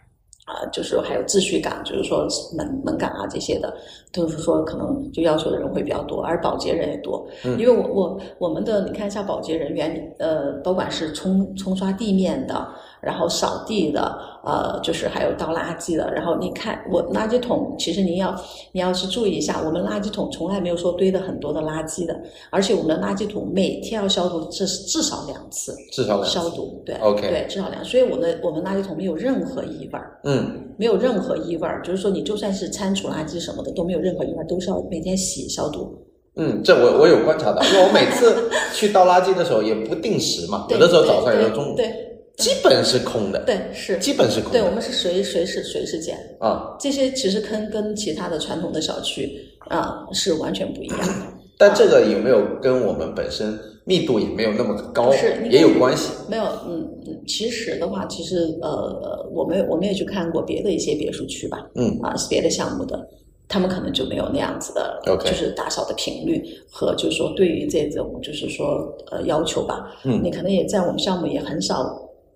[SPEAKER 2] 啊、就是还有秩序岗，就是说门门岗啊这些的，都是说可能就要求的人会比较多，而保洁人也多。
[SPEAKER 1] 嗯
[SPEAKER 2] 因为我我我们的你看一下保洁人员，呃，不管是冲冲刷地面的，然后扫地的，呃，就是还有倒垃圾的。然后你看我垃圾桶，其实您要你要是注意一下，我们垃圾桶从来没有说堆的很多的垃圾的，而且我们的垃圾桶每天要消毒至至少两次
[SPEAKER 1] 至少两
[SPEAKER 2] 消
[SPEAKER 1] 次。
[SPEAKER 2] 毒，对
[SPEAKER 1] OK
[SPEAKER 2] 对，至少两次。所以我的我们垃圾桶没有任何异味儿。
[SPEAKER 1] 嗯
[SPEAKER 2] 没有任何异味儿，就是说你就算是餐厨垃圾什么的都没有任何异味儿，都是要每天洗消毒。
[SPEAKER 1] 嗯，这我我有观
[SPEAKER 2] <laughs>
[SPEAKER 1] 察到，因为我每次去倒垃圾的时候也不定时嘛，
[SPEAKER 2] 对
[SPEAKER 1] 有的时候早上，
[SPEAKER 2] 对
[SPEAKER 1] 有的时候中午，
[SPEAKER 2] 对
[SPEAKER 1] 基本是空的，
[SPEAKER 2] 对是，
[SPEAKER 1] 基本是空
[SPEAKER 2] 对我
[SPEAKER 1] 的
[SPEAKER 2] 们是随随时随时捡，
[SPEAKER 1] 啊。
[SPEAKER 2] 这些其实跟跟其他的传统的小区啊、是完全不一样的。
[SPEAKER 1] 但这个有没有跟我们本身密度也没有那么高，
[SPEAKER 2] 不是你
[SPEAKER 1] 也有
[SPEAKER 2] 看
[SPEAKER 1] 关系？
[SPEAKER 2] 没有，嗯嗯，其实的话，其实呃呃，我们我们也去看过别的一些别墅区吧，
[SPEAKER 1] 嗯
[SPEAKER 2] 啊，是别的项目的，他们可能就没有那样子的
[SPEAKER 1] OK
[SPEAKER 2] 就是打扫的频率和就是说对于这种就是说呃要求吧，
[SPEAKER 1] 嗯
[SPEAKER 2] 你可能也在我们项目也很少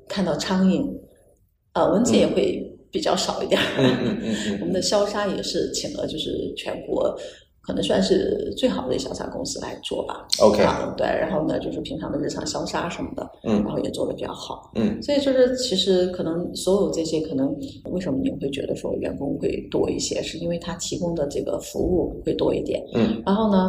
[SPEAKER 2] 看到苍蝇，呃，蚊子也会比较少一点儿，
[SPEAKER 1] 嗯嗯嗯嗯
[SPEAKER 2] <laughs> 我们的消杀也是请了就是全国可能算是最好的消杀公司来做吧。
[SPEAKER 1] ，OK，
[SPEAKER 2] 啊，对，然后呢，就是平常的日常消杀什么的，然
[SPEAKER 1] 嗯
[SPEAKER 2] 后也做的比较好。
[SPEAKER 1] 嗯
[SPEAKER 2] 所以就是，其实可能所有这些，可能为什么你会觉得说员工会多一些，是因为他提供的这个服务会多一点。
[SPEAKER 1] 嗯
[SPEAKER 2] 然后呢，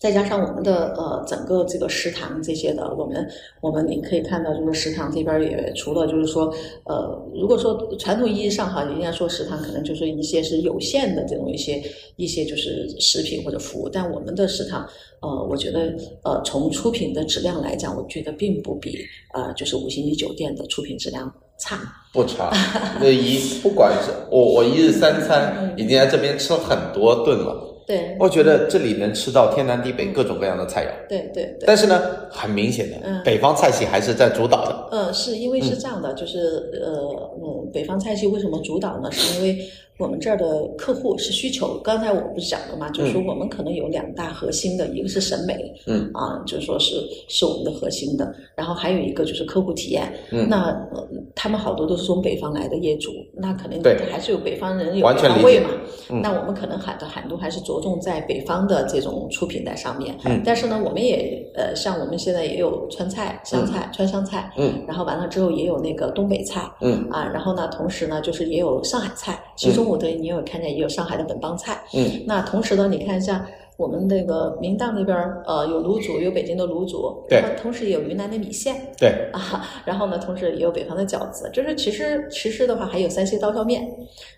[SPEAKER 2] 再加上我们的呃整个这个食堂这些的，我们我们你可以看到，就是食堂这边儿也除了就是说呃，如果说传统意义上哈，人家说食堂可能就是一些是有限的这种一些一些就是食品或者服务，但我们的食堂呃，我觉得呃从出品的质量来讲，我觉得并不比呃就是五星级酒店的出品质量差。
[SPEAKER 1] 不差。那一不管是我我一日三
[SPEAKER 2] 嗯
[SPEAKER 1] 餐已经在这边吃了很多顿了，
[SPEAKER 2] 对
[SPEAKER 1] 我觉得这里能吃到天南地北各种各样的菜肴。
[SPEAKER 2] 对对对。
[SPEAKER 1] 但是呢，很明显的，
[SPEAKER 2] 嗯
[SPEAKER 1] 北方菜系还是在主导的。
[SPEAKER 2] 嗯，是因为是这样的，就是呃，嗯，北方菜系为什么主导呢？是因为我们这儿的客户是需求。刚才我不是讲了嘛，就是说我们可能有两大核心的，一个是审美，
[SPEAKER 1] 嗯
[SPEAKER 2] 啊，就是说是是我们的核心的，然后还有一个就是客户体验。
[SPEAKER 1] 嗯
[SPEAKER 2] 那、呃他们好多都是从北方来的业主，那肯定
[SPEAKER 1] 对
[SPEAKER 2] 还是有北方人有
[SPEAKER 1] 完
[SPEAKER 2] 北
[SPEAKER 1] 全
[SPEAKER 2] 方
[SPEAKER 1] 理
[SPEAKER 2] 味
[SPEAKER 1] 解
[SPEAKER 2] 嘛。
[SPEAKER 1] 嗯
[SPEAKER 2] 那我们可能喊的喊度还是着重在北方的这种出品在上面。
[SPEAKER 1] 嗯
[SPEAKER 2] 但是呢，我们也呃，像我们现在也有川菜、湘菜、川湘菜。
[SPEAKER 1] 嗯
[SPEAKER 2] 然后完了之后也有那个东北菜
[SPEAKER 1] 嗯
[SPEAKER 2] 啊，然后呢，同时呢，就是也有上海菜。其中舞队，你有看见也有上海的本帮菜。
[SPEAKER 1] 嗯，
[SPEAKER 2] 那同时呢，你看一下我们这个明档那边儿，呃，有卤煮，有北京的卤煮，
[SPEAKER 1] 对
[SPEAKER 2] 然后同时也有云南的米线
[SPEAKER 1] 对，
[SPEAKER 2] 啊，然后呢，同时也有北方的饺子。就是其实其实的话，还有山西刀削面。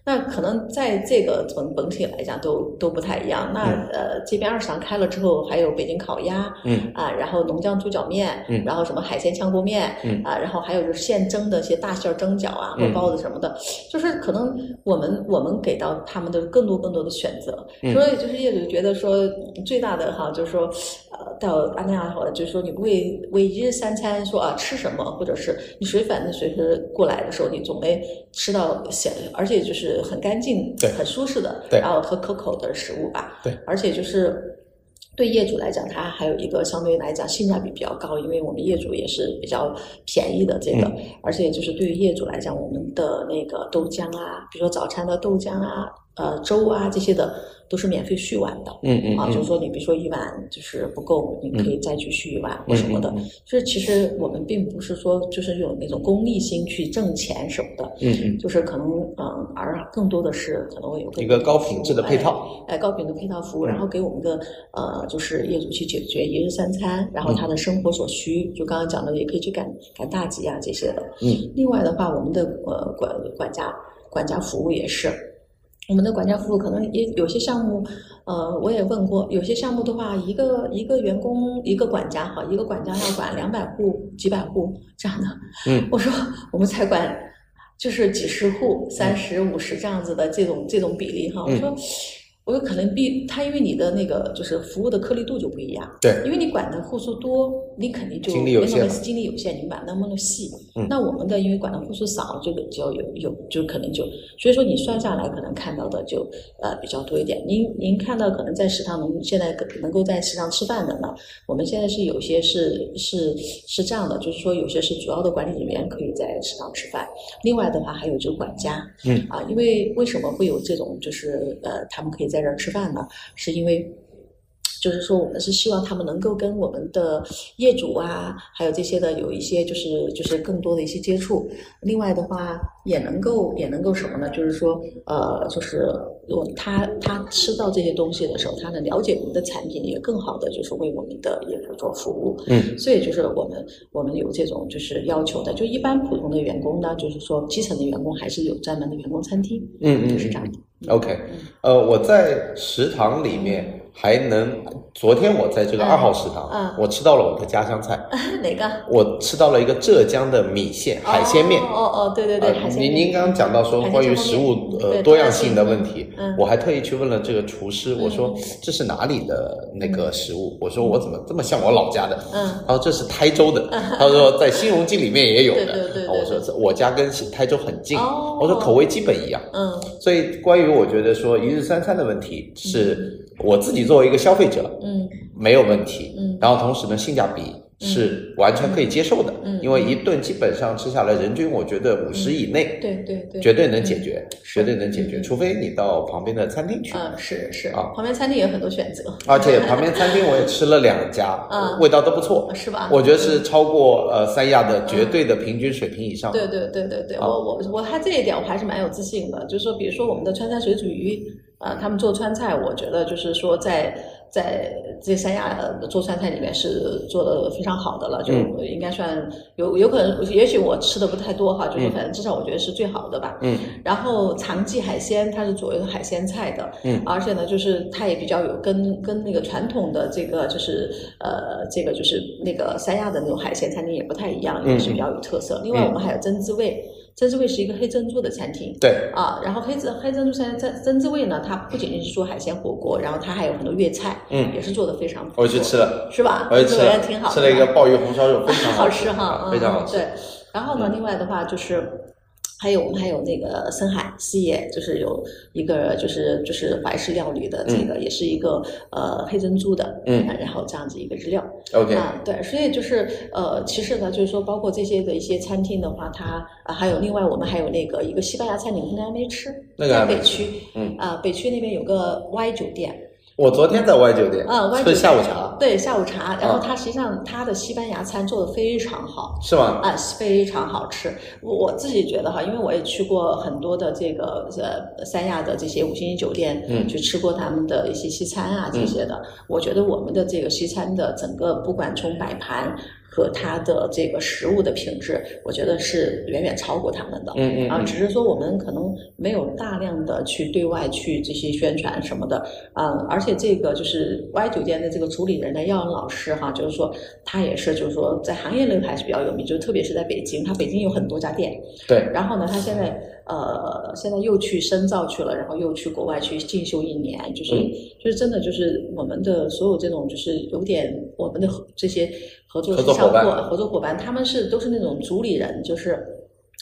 [SPEAKER 2] 那可能在这个整整体来讲都都不太一样。那、
[SPEAKER 1] 嗯
[SPEAKER 2] 呃，这边二厂开了之后，还有北京烤鸭，
[SPEAKER 1] 嗯
[SPEAKER 2] 啊，然后浓酱猪脚面，
[SPEAKER 1] 嗯
[SPEAKER 2] 然后什么海鲜炝锅面，
[SPEAKER 1] 嗯
[SPEAKER 2] 啊，然后还有就是现蒸的一些大馅儿蒸饺啊或
[SPEAKER 1] 嗯
[SPEAKER 2] 包子什么的，就是可能我们我们给到他们的更多更多的选择，
[SPEAKER 1] 嗯
[SPEAKER 2] 所以就是业主觉得说最大的哈，就是说呃到安那亚好了，就是说你为为一日三餐说啊吃什么，或者是你随反正随时过来的时候，你总会吃到鲜，而且就是很干净、
[SPEAKER 1] 对
[SPEAKER 2] 很舒适的，
[SPEAKER 1] 对
[SPEAKER 2] 然后和可口的食物吧，而且就是对业主来讲，它还有一个相对来讲性价比比较高，因为我们业主也是比较便宜的这个，
[SPEAKER 1] 嗯
[SPEAKER 2] 而且就是对于业主来讲，我们的那个豆浆啊，比如说早餐的豆浆啊、呃粥啊这些的，都是免费续碗的。
[SPEAKER 1] 嗯嗯
[SPEAKER 2] 啊，就是
[SPEAKER 1] 嗯，
[SPEAKER 2] 说你比如说一碗就是不够，你可以再去续一碗或什么的
[SPEAKER 1] 嗯嗯嗯。
[SPEAKER 2] 就是其实我们并不是说就是有那种功利心去挣钱什么的，
[SPEAKER 1] 嗯嗯，
[SPEAKER 2] 就是可能嗯，而更多的是可能会有更
[SPEAKER 1] 一个
[SPEAKER 2] 多的
[SPEAKER 1] 高
[SPEAKER 2] 服
[SPEAKER 1] 品
[SPEAKER 2] 务
[SPEAKER 1] 质的配
[SPEAKER 2] 哎
[SPEAKER 1] 套。
[SPEAKER 2] 哎，高频的配套服务，然后给我们的呃，就是业主去解决一日三餐，然后他的生活所需，就刚刚讲的，也可以去赶赶大集啊这些的。
[SPEAKER 1] 嗯，
[SPEAKER 2] 另外的话，我们的呃管管家管家服务也是，我们的管家服务可能也有些项目，呃，我也问过，有些项目的话，一个一个员工一个管家哈，一个管家要管两百户、几百户这样的。
[SPEAKER 1] 嗯，
[SPEAKER 2] 我说我们才管就是几十户、三十五十这样子的这种这种比例
[SPEAKER 1] 嗯
[SPEAKER 2] 哈。我说。我说可能比他，因为你的那个就是服务的颗粒度就不一样，
[SPEAKER 1] 对，
[SPEAKER 2] 因为你管的户数多，你肯定就
[SPEAKER 1] 精力有
[SPEAKER 2] 没那么
[SPEAKER 1] 限嘛
[SPEAKER 2] 精力有限，你管那么的细。
[SPEAKER 1] 嗯
[SPEAKER 2] 那我们的因为管的户数少，这个就有有就可能就，所以说你算下来可能看到的就呃比较多一点。您您看到可能在食堂能现在可能够在食堂吃饭的呢，我们现在是有些是是是这样的，就是说有些是主要的管理人员可以在食堂吃饭，另外的话还有就是管家，
[SPEAKER 1] 嗯
[SPEAKER 2] 啊，因为为什么会有这种就是呃他们可以在这儿吃饭呢？是因为。就是说，我们是希望他们能够跟我们的业主啊，还有这些的有一些就是就是更多的一些接触。另外的话，也能够也能够什么呢？就是说，呃，就是我他他吃到这些东西的时候，他能了解我们的产品，也更好的就是为我们的业主做服务。
[SPEAKER 1] 嗯
[SPEAKER 2] 所以就是我们我们有这种就是要求的，就一般普通的员工呢，就是说基层的员工还是有专门的员工餐厅，
[SPEAKER 1] 嗯嗯
[SPEAKER 2] 就是这样
[SPEAKER 1] <laughs>
[SPEAKER 2] 的。
[SPEAKER 1] ，OK，呃，我在食堂里面还能，昨天我在这个
[SPEAKER 2] 嗯
[SPEAKER 1] 二号食堂，
[SPEAKER 2] 嗯
[SPEAKER 1] 我吃到了我的家乡菜，
[SPEAKER 2] 哪个？
[SPEAKER 1] 我吃到了一个浙江的米线海鲜面。
[SPEAKER 2] 哦哦哦，对对对，
[SPEAKER 1] 呃
[SPEAKER 2] 海鲜
[SPEAKER 1] 您
[SPEAKER 2] 面。
[SPEAKER 1] 您刚刚讲到说
[SPEAKER 2] 海鲜
[SPEAKER 1] 关于
[SPEAKER 2] 酱
[SPEAKER 1] 食
[SPEAKER 2] 面
[SPEAKER 1] 物呃多
[SPEAKER 2] 对多
[SPEAKER 1] 样
[SPEAKER 2] 样
[SPEAKER 1] 性
[SPEAKER 2] 性
[SPEAKER 1] 的问题
[SPEAKER 2] 嗯，
[SPEAKER 1] 我还特意去问了这个厨师，我说
[SPEAKER 2] 嗯
[SPEAKER 1] 这是哪里的那个食物？我说我怎么这么像我老家的？
[SPEAKER 2] 嗯，
[SPEAKER 1] 他说这是台州
[SPEAKER 2] <laughs>
[SPEAKER 1] 的，他说在新荣记里面也有的。
[SPEAKER 2] 对对对对
[SPEAKER 1] 啊我说这我家跟新台州很近，
[SPEAKER 2] 哦
[SPEAKER 1] 我说口味基本一样。
[SPEAKER 2] 嗯
[SPEAKER 1] 所以关于我觉得说一日三餐的问题，是我自己作为一个消费者
[SPEAKER 2] 嗯
[SPEAKER 1] 没有问题，
[SPEAKER 2] 嗯
[SPEAKER 1] 然后同时呢性价比。是完全可以接受的，
[SPEAKER 2] 嗯
[SPEAKER 1] 因为一顿基本上吃下来，人均我觉得五十以内，
[SPEAKER 2] 对对对，
[SPEAKER 1] 绝对能解决，
[SPEAKER 2] 是
[SPEAKER 1] 绝对能解决，
[SPEAKER 2] 嗯
[SPEAKER 1] 除非你到旁边的餐厅去。
[SPEAKER 2] 嗯，是是，
[SPEAKER 1] 啊
[SPEAKER 2] 旁边餐厅有很多选择，
[SPEAKER 1] 而且旁边餐厅我也吃了两家，
[SPEAKER 2] 嗯
[SPEAKER 1] 味道都不错，
[SPEAKER 2] 是吧？
[SPEAKER 1] 我觉得是超过呃三亚的绝对的平均水平以上。
[SPEAKER 2] 对对对对对，
[SPEAKER 1] 啊
[SPEAKER 2] 我我我还这一点我还是蛮有自信的，就是说，比如说我们的川菜水煮鱼，呃，他们做川菜，我觉得就是说在在这三亚呃做川菜里面是做的非常好的了，就
[SPEAKER 1] 嗯
[SPEAKER 2] 应该算有有可能，也许我吃的不太多哈，就是反正至少我觉得是最好的吧。
[SPEAKER 1] 嗯
[SPEAKER 2] 然后长记海鲜，它是左右海鲜菜的，
[SPEAKER 1] 嗯
[SPEAKER 2] 而且呢，就是它也比较有跟跟那个传统的这个就是呃这个就是那个三亚的那种海鲜餐厅也不太一样，也是比较有特
[SPEAKER 1] 嗯
[SPEAKER 2] 色。另外，我们还有曾滋味，曾滋味是一个黑珍珠的餐厅。
[SPEAKER 1] 对，
[SPEAKER 2] 啊，然后黑珍黑珍珠餐曾曾滋味呢，它不仅仅是做海鲜火锅，然后它还有很多粤菜，
[SPEAKER 1] 嗯
[SPEAKER 2] 也是做的非常不错，
[SPEAKER 1] 我去吃了，
[SPEAKER 2] 是吧？
[SPEAKER 1] 我去吃
[SPEAKER 2] 我觉
[SPEAKER 1] 了
[SPEAKER 2] 得，挺好的，
[SPEAKER 1] 吃了一个鲍鱼红烧肉，非常
[SPEAKER 2] 好
[SPEAKER 1] 吃
[SPEAKER 2] 吃哈，嗯
[SPEAKER 1] 非常好吃。嗯
[SPEAKER 2] 对，然后呢，另外的话就是。还有我们还有那个深海西野，就是有一个就是就是怀式料理的这个，也是一个呃黑珍珠的，
[SPEAKER 1] 嗯
[SPEAKER 2] 然后这样子一个日料，
[SPEAKER 1] OK，
[SPEAKER 2] 啊，对，所以就是呃，其实呢，就是说，包括这些的一些餐厅的话，它、啊、还有另外我们还有那个一个西班牙餐厅，应该没吃，
[SPEAKER 1] 那个
[SPEAKER 2] 在
[SPEAKER 1] 还没
[SPEAKER 2] 北
[SPEAKER 1] 吃
[SPEAKER 2] 区，
[SPEAKER 1] 嗯
[SPEAKER 2] 啊、北区那边有个 Y 酒店。
[SPEAKER 1] 我昨天在 Y 酒店
[SPEAKER 2] 啊，Y
[SPEAKER 1] 吃
[SPEAKER 2] 酒
[SPEAKER 1] 下午茶
[SPEAKER 2] 对下午茶，然后
[SPEAKER 1] 啊
[SPEAKER 2] 它实际上它的西班牙餐做的非常好，
[SPEAKER 1] 是吗？
[SPEAKER 2] 啊，非常好吃。我我自己觉得哈，因为我也去过很多的这个呃三亚的这些五星级酒店，
[SPEAKER 1] 嗯
[SPEAKER 2] 去吃过他们的一些西餐啊这些的。我觉得我们的这个西餐的整个，不管从摆盘和它的这个食物的品质，我觉得是远远超过他们的。
[SPEAKER 1] 嗯嗯
[SPEAKER 2] 啊，
[SPEAKER 1] 嗯
[SPEAKER 2] 只是说我们可能没有大量的去对外去这些宣传什么的，啊、而且这个就是 Y 酒店的这个主理人呢，耀恩老师哈，就是说他也是就是说在行业内还是比较有名，就特别是在北京，他北京有很多家店，
[SPEAKER 1] 对，
[SPEAKER 2] 然后呢，他现在呃，现在又去深造去了，然后又去国外去进修一年，就是、
[SPEAKER 1] 嗯
[SPEAKER 2] 就是真的就是我们的所有这种就是有点我们的合这些合作
[SPEAKER 1] 合作
[SPEAKER 2] 项
[SPEAKER 1] 伙伴
[SPEAKER 2] 合作伙伴，他们是都是那种主理人，就是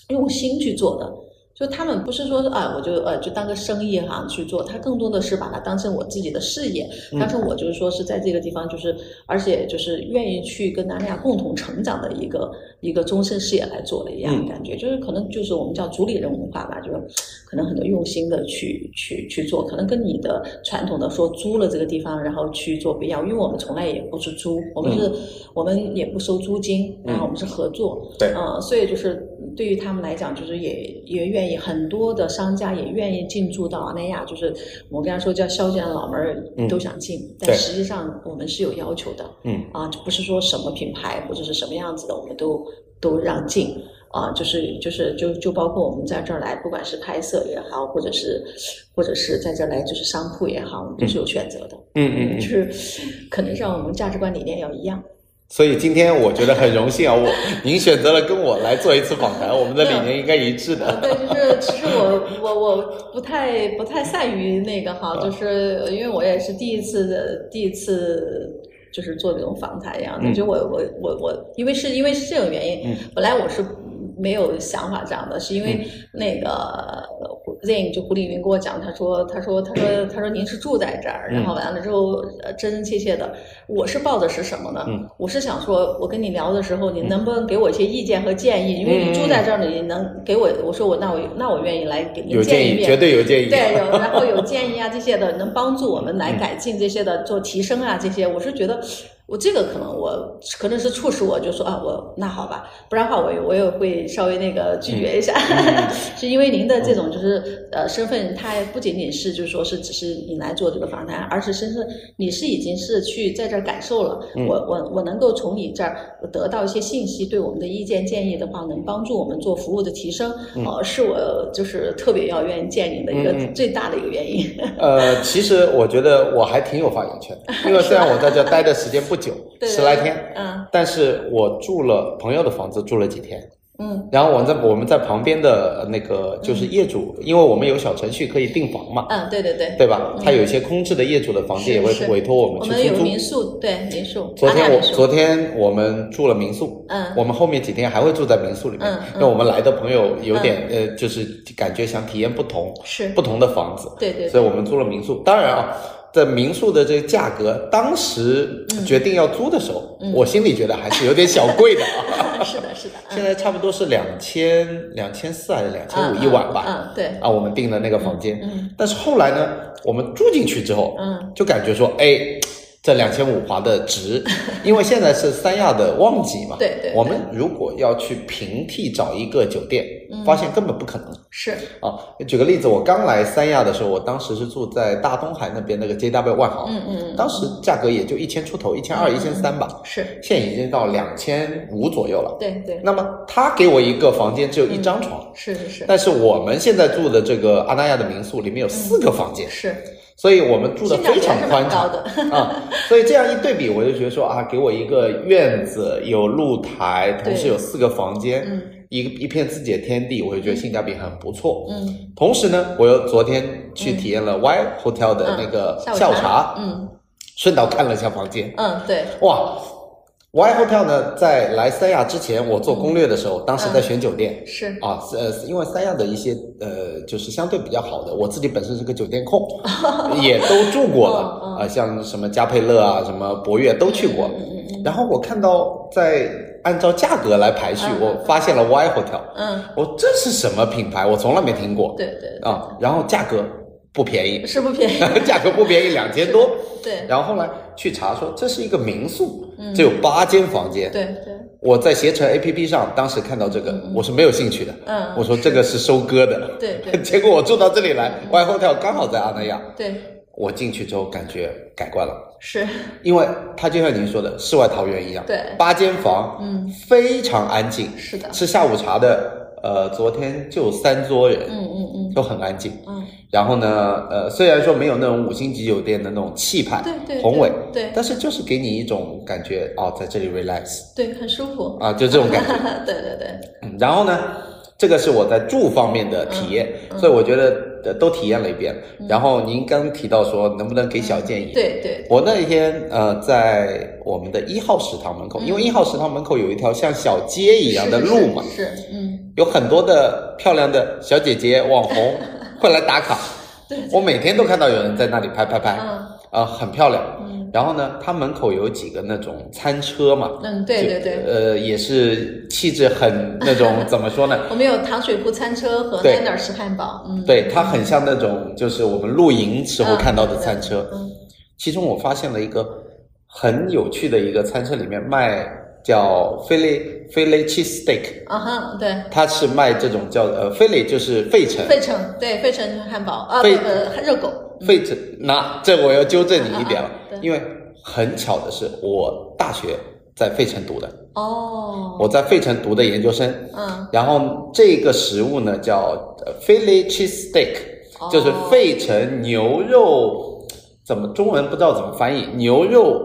[SPEAKER 2] 用心去做的。就他们不是说啊，我就呃就当个生意哈去做，他更多的是把它当成我自己的事业，
[SPEAKER 1] 嗯
[SPEAKER 2] 当成我就是说是在这个地方就是，而且就是愿意去跟咱俩共同成长的一个一个终身事业来做的一样
[SPEAKER 1] 嗯
[SPEAKER 2] 的感觉，就是可能就是我们叫主理人文化吧，就是可能很多用心的去去去做，可能跟你的传统的说租了这个地方然后去做不一样，因为我们从来也不是租，我们是、
[SPEAKER 1] 嗯
[SPEAKER 2] 我们也不收租金，然后我们是合作，
[SPEAKER 1] 对
[SPEAKER 2] 嗯，所以就是对于他们来讲，就是也也愿意很多的商家也愿意进驻到阿那亚，就是我跟他说叫肖家老门儿都想进，
[SPEAKER 1] 嗯
[SPEAKER 2] 但
[SPEAKER 1] 对
[SPEAKER 2] 实际上我们是有要求的，
[SPEAKER 1] 嗯
[SPEAKER 2] 啊，就不是说什么品牌或者是什么样子的，我们都都让进。啊，就是就是就就包括我们在这儿来，不管是拍摄也好，或者是或者是在这儿来就是商铺也好，我们都是有选择的。
[SPEAKER 1] 嗯嗯
[SPEAKER 2] 就
[SPEAKER 1] 嗯。
[SPEAKER 2] 是可能让我们价值观理念要一样。
[SPEAKER 1] 所以今天我觉得很荣幸啊，我您选择了跟我来做一次访谈，我们的理念应该一致的。
[SPEAKER 2] 呃，对，就是其实我我我不太不太善于那个哈，
[SPEAKER 1] 嗯
[SPEAKER 2] 就是因为我也是第一次的第一次。就是做这种访谈一样的，
[SPEAKER 1] 嗯
[SPEAKER 2] 就我我我我，因为是因为是这种原因，
[SPEAKER 1] 嗯
[SPEAKER 2] 本来我是没有想法这样的，是因为那个呃胡 Zin 就胡丽云跟我讲，他说他说他说他说您是住在这儿，然
[SPEAKER 1] 嗯
[SPEAKER 2] 后完了之后呃真真切切的，我是抱的是什么呢？
[SPEAKER 1] 嗯
[SPEAKER 2] 我是想说，我跟你聊的时候，你能不能给我一些意见和建议？因
[SPEAKER 1] 嗯
[SPEAKER 2] 为你住在这儿，你能给我，我说我那我那我愿意来给你
[SPEAKER 1] 有建
[SPEAKER 2] 一
[SPEAKER 1] 议，
[SPEAKER 2] 面，
[SPEAKER 1] 绝对有建议。
[SPEAKER 2] 对，有然后有建议啊这些的，能帮助我们来改进这些的，做提升啊这些，我是觉得我这个可能我可能是促使我就说啊，我那好吧，不然的话我也我也会稍微那个拒绝一下，
[SPEAKER 1] 嗯
[SPEAKER 2] <laughs> 是因为您的这种就是呃身份，它不仅仅是就是说是只是你来做这个访谈，而是甚至你是已经是去在这儿感受了，
[SPEAKER 1] 嗯
[SPEAKER 2] 我我我能够从你这儿得到一些信息，对我们的意见建议的话，能帮助我们做服务的提升，呃，是我就是特别要愿意见你的一个
[SPEAKER 1] 嗯嗯嗯
[SPEAKER 2] 最大的一个原因。，
[SPEAKER 1] 呃，其实我觉得我还挺有发言权，因为虽然我在这待的时间不久
[SPEAKER 2] <laughs> 对
[SPEAKER 1] 十来天，
[SPEAKER 2] 嗯
[SPEAKER 1] 但是我住了朋友的房子，住了几天。
[SPEAKER 2] 嗯
[SPEAKER 1] 然后我们在我们在旁边的那个就是业主，因为我们有小程序可以订房嘛，
[SPEAKER 2] 嗯，对对对，
[SPEAKER 1] 对吧？他有一些空置的业主的房子
[SPEAKER 2] 是
[SPEAKER 1] 也会
[SPEAKER 2] 是
[SPEAKER 1] 委托我
[SPEAKER 2] 我
[SPEAKER 1] 们
[SPEAKER 2] 们
[SPEAKER 1] 去
[SPEAKER 2] 有
[SPEAKER 1] 出租。
[SPEAKER 2] 民宿，对民宿，
[SPEAKER 1] 昨
[SPEAKER 2] 阿
[SPEAKER 1] 天
[SPEAKER 2] 那
[SPEAKER 1] 我
[SPEAKER 2] 民宿
[SPEAKER 1] 昨天我们住了民宿，
[SPEAKER 2] 嗯
[SPEAKER 1] 我们后面几天还会住在民宿里面
[SPEAKER 2] 嗯，嗯
[SPEAKER 1] 因为我们来的朋友有点呃，就是感觉想体验不同
[SPEAKER 2] 是
[SPEAKER 1] <laughs> 不同的房子，
[SPEAKER 2] 对对对
[SPEAKER 1] 所以我们租了民宿。当然啊，在民宿的这个价格，当时
[SPEAKER 2] 嗯
[SPEAKER 1] 决定要租的时候，我心里觉得还是有点小贵的啊。
[SPEAKER 2] <laughs> 是的
[SPEAKER 1] <laughs>
[SPEAKER 2] 是的，嗯
[SPEAKER 1] 现在差不多是两千两千四还是两千五
[SPEAKER 2] 嗯
[SPEAKER 1] 一晚吧？
[SPEAKER 2] 嗯嗯对
[SPEAKER 1] 啊，我们订的那个房间。但是后来呢，我们住进去之后，
[SPEAKER 2] 嗯，
[SPEAKER 1] 就感觉说，哎，这两千五划的
[SPEAKER 2] <laughs>
[SPEAKER 1] 值，因为现在是三亚的旺季嘛。
[SPEAKER 2] 对对
[SPEAKER 1] 我们如果要去平替找一个酒店，
[SPEAKER 2] 嗯
[SPEAKER 1] 发现根本不可能。
[SPEAKER 2] 是
[SPEAKER 1] 啊，举个例子，我刚来三亚的时候，我当时是住在大东海那边那个 JW 万豪，
[SPEAKER 2] 嗯嗯嗯
[SPEAKER 1] 当时价格也就一千出头，一千二、一千三吧，
[SPEAKER 2] 是，
[SPEAKER 1] 现在已经到两千五左右了。
[SPEAKER 2] 对对
[SPEAKER 1] 那么他给我一个房间只有一
[SPEAKER 2] 嗯
[SPEAKER 1] 张床，
[SPEAKER 2] 是是是
[SPEAKER 1] 但是我们现在住的这个阿那亚的民宿里面有四个房间，
[SPEAKER 2] 是，
[SPEAKER 1] 所以我们住的
[SPEAKER 2] 嗯性价
[SPEAKER 1] 非
[SPEAKER 2] 比
[SPEAKER 1] 常
[SPEAKER 2] 还是
[SPEAKER 1] 宽
[SPEAKER 2] 蛮高
[SPEAKER 1] 敞
[SPEAKER 2] 的。嗯
[SPEAKER 1] 啊、所以这样一对比，我就觉得说啊，给我一个院子，有露台，同时
[SPEAKER 2] 对
[SPEAKER 1] 有四个房间，
[SPEAKER 2] 嗯
[SPEAKER 1] 一个一片自己的天地，我就觉得性价比很不错。
[SPEAKER 2] 嗯
[SPEAKER 1] 同时呢，我又昨天去体验了 Y Hotel 的那个
[SPEAKER 2] 嗯
[SPEAKER 1] 下午
[SPEAKER 2] 茶
[SPEAKER 1] 茶，，
[SPEAKER 2] 嗯
[SPEAKER 1] 顺道看了一下房间，
[SPEAKER 2] 嗯对，
[SPEAKER 1] 哇！Y Hotel 呢，在来三亚之前，我做攻略的时候，当时在选酒店、
[SPEAKER 2] 是
[SPEAKER 1] 啊，是呃，因为三亚的一些呃，就是相对比较好的，我自己本身是个酒店
[SPEAKER 2] <laughs>
[SPEAKER 1] 控，也都住过了啊、
[SPEAKER 2] 嗯嗯
[SPEAKER 1] 像什么佳佩乐啊，什么博悦都去过。
[SPEAKER 2] 嗯嗯
[SPEAKER 1] 然后我看到在按照价格来排序，
[SPEAKER 2] 嗯嗯
[SPEAKER 1] 我发现了 Y Hotel，
[SPEAKER 2] 嗯，
[SPEAKER 1] 我这是什么品牌？我从来没听过。
[SPEAKER 2] 对对，
[SPEAKER 1] 啊，然后价格不便宜， <laughs>
[SPEAKER 2] 是不便宜，
[SPEAKER 1] 价格不便宜，两千多。
[SPEAKER 2] 对
[SPEAKER 1] 然后后来去查说这是一个民宿，只有八间房间。
[SPEAKER 2] 嗯对对，
[SPEAKER 1] 我在携程 APP 上当时看到这个，我是没有兴趣的。
[SPEAKER 2] 嗯
[SPEAKER 1] 我说这个是收割的。
[SPEAKER 2] 对对
[SPEAKER 1] <laughs> 结果我住到这里来，Y Hotel 刚好在阿那亚，
[SPEAKER 2] 对
[SPEAKER 1] 我进去之后感觉改观了，
[SPEAKER 2] 是，
[SPEAKER 1] 因为它就像您说的世外桃源一样，
[SPEAKER 2] 对
[SPEAKER 1] 八间房，嗯，非常安静，
[SPEAKER 2] 是的
[SPEAKER 1] 吃下午茶的，呃，昨天就三桌人，
[SPEAKER 2] 嗯嗯嗯
[SPEAKER 1] 都很安静。
[SPEAKER 2] 嗯，
[SPEAKER 1] 然后呢，呃，虽然说没有那种五星级酒店的那种气派、
[SPEAKER 2] 对对
[SPEAKER 1] 宏伟，
[SPEAKER 2] 对对
[SPEAKER 1] 但是就是给你一种感觉，哦，在这里 relax
[SPEAKER 2] 对，很舒服。
[SPEAKER 1] 啊，就这种感觉。 <laughs>
[SPEAKER 2] <laughs> 对对对，
[SPEAKER 1] 嗯然后呢，这个是我在住方面的体验，
[SPEAKER 2] 嗯
[SPEAKER 1] 所以我觉得、呃、都体验了一遍。然后您刚提到说，能不能给小建议？
[SPEAKER 2] 嗯对对
[SPEAKER 1] 我那一天呃，在我们的一号食堂门口，因
[SPEAKER 2] 嗯
[SPEAKER 1] 为一号食堂门口有一条像小街一样的
[SPEAKER 2] 是
[SPEAKER 1] 路嘛，
[SPEAKER 2] 是是嗯，
[SPEAKER 1] 有很多的漂亮的小姐姐网
[SPEAKER 2] <laughs>
[SPEAKER 1] 红会来打卡。我每天都看到有人在那里拍拍拍，
[SPEAKER 2] 嗯
[SPEAKER 1] 呃，很漂亮。然后呢，它门口有几个那种餐车嘛，
[SPEAKER 2] 嗯对
[SPEAKER 1] 就
[SPEAKER 2] 对对
[SPEAKER 1] 呃，也是气质很那种
[SPEAKER 2] <laughs>
[SPEAKER 1] 怎么说呢？
[SPEAKER 2] 我们有糖水铺餐车和
[SPEAKER 1] 对
[SPEAKER 2] 在哪儿吃汉堡，嗯，
[SPEAKER 1] 对，它很像那种就是我们露营时候
[SPEAKER 2] 嗯
[SPEAKER 1] 看到的餐车。
[SPEAKER 2] 嗯
[SPEAKER 1] 其中我发现了一个很有趣的一个餐车，里面卖叫 Philly Philly cheese steak，
[SPEAKER 2] 啊哈，对，
[SPEAKER 1] 它是卖这种叫呃 Philly 就是费城，
[SPEAKER 2] 费城对费城汉堡啊，不
[SPEAKER 1] 费
[SPEAKER 2] 不热狗，
[SPEAKER 1] 费城那这我要纠正你一点了
[SPEAKER 2] 啊啊啊，对
[SPEAKER 1] 因为很巧的是，我大学在费城读的，
[SPEAKER 2] 哦，
[SPEAKER 1] 我在费城读的研究生，
[SPEAKER 2] 嗯，
[SPEAKER 1] 然后这个食物呢叫呃 Philly cheese steak，
[SPEAKER 2] 哦
[SPEAKER 1] 就是费城牛肉，怎么中文不知道怎么翻译，牛肉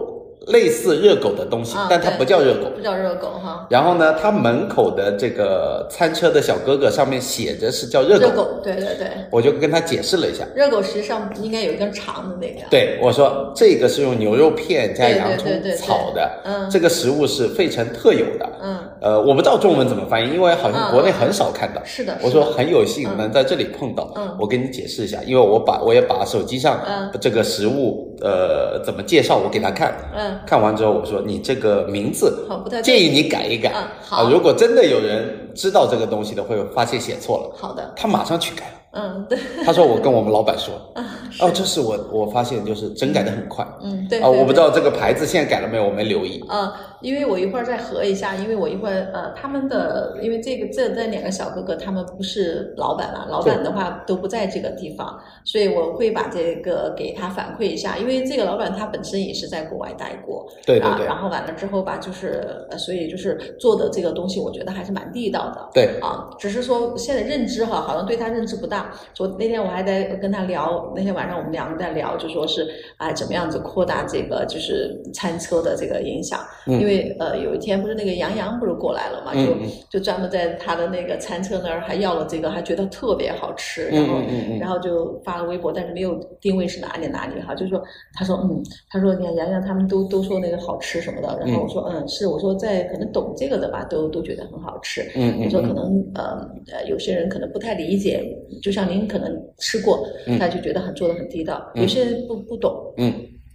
[SPEAKER 1] 类似热狗的东西，
[SPEAKER 2] 啊
[SPEAKER 1] 但它
[SPEAKER 2] 对
[SPEAKER 1] 不叫热狗。
[SPEAKER 2] 不叫热狗哈，
[SPEAKER 1] 然后呢，它门口的这个餐车的小哥哥上面写着是叫热狗，
[SPEAKER 2] 热狗，对对对，
[SPEAKER 1] 我就跟他解释了一下。
[SPEAKER 2] 热狗实际上应该有一根长的那个，
[SPEAKER 1] 对，我说这个是用牛肉片加
[SPEAKER 2] 对
[SPEAKER 1] 洋
[SPEAKER 2] 对对
[SPEAKER 1] 葱
[SPEAKER 2] 对对
[SPEAKER 1] 炒的，
[SPEAKER 2] 嗯
[SPEAKER 1] 这个食物是费城特有的。
[SPEAKER 2] 嗯，
[SPEAKER 1] 呃，我不知道中文怎么翻译，因为好像
[SPEAKER 2] 嗯
[SPEAKER 1] 国内很少看到。
[SPEAKER 2] 是的，
[SPEAKER 1] 我
[SPEAKER 2] 是的
[SPEAKER 1] 说很有幸能在这里碰到。
[SPEAKER 2] 嗯
[SPEAKER 1] 我跟你解释一下，因为我把我也把手机上
[SPEAKER 2] 嗯
[SPEAKER 1] 这个食物呃怎么介绍我给他看，
[SPEAKER 2] 嗯
[SPEAKER 1] 看完之后我说你这个名字
[SPEAKER 2] 好不太对
[SPEAKER 1] 建议你改一改。
[SPEAKER 2] 嗯好
[SPEAKER 1] 啊，如果真的有人知道这个东西的，会发现写错了，
[SPEAKER 2] 好的，
[SPEAKER 1] 他马上去改了。
[SPEAKER 2] 嗯对， <laughs>
[SPEAKER 1] 他说我跟我们老板说，
[SPEAKER 2] 啊
[SPEAKER 1] 哦，这是我我发现就是整改的很快。
[SPEAKER 2] 嗯对
[SPEAKER 1] 啊，我不知。
[SPEAKER 2] 对对
[SPEAKER 1] 道这个牌子现在改了没有，我没留意。
[SPEAKER 2] 呃，因为我一会儿再合一下，因为我一会儿呃，他们的因为这个这这两个小哥哥他们不是老板嘛，老板的话都不在这个地方，所以我会把这个给他反馈一下，因为这个老板他本身也是在国外待过，
[SPEAKER 1] 对对
[SPEAKER 2] 啊，
[SPEAKER 1] 对
[SPEAKER 2] 然后完了之后吧，就是呃，所以就是做的这个东西，我觉得还是蛮地道的。
[SPEAKER 1] 对，
[SPEAKER 2] 啊，只是说现在认知哈，好像对他认知不大。昨那天我还在跟他聊，那天晚上我们两个在聊，就说是啊、怎么样子扩大这个就是餐车的这个影响。
[SPEAKER 1] 嗯
[SPEAKER 2] 因为呃，有一天不是那个杨洋不是过来了嘛，
[SPEAKER 1] 嗯
[SPEAKER 2] 啊就
[SPEAKER 1] 嗯
[SPEAKER 2] 就专门在他的那个餐车那儿还要了这个，还觉得特别好吃，然
[SPEAKER 1] 嗯
[SPEAKER 2] 后
[SPEAKER 1] 嗯嗯嗯，
[SPEAKER 2] 然后就发了微博，但是没有定位是哪里哪里哈，就说他说嗯，他说你看洋洋他们都都说那个好吃什么的，然后我说嗯是，我说在可能懂这个的吧，都都觉得很好吃。
[SPEAKER 1] 嗯
[SPEAKER 2] 我
[SPEAKER 1] 嗯
[SPEAKER 2] 说可能呃呃有些人可能不太理解，就像您可能吃过，他就觉得很做的很地道，有些人不不懂，
[SPEAKER 1] 嗯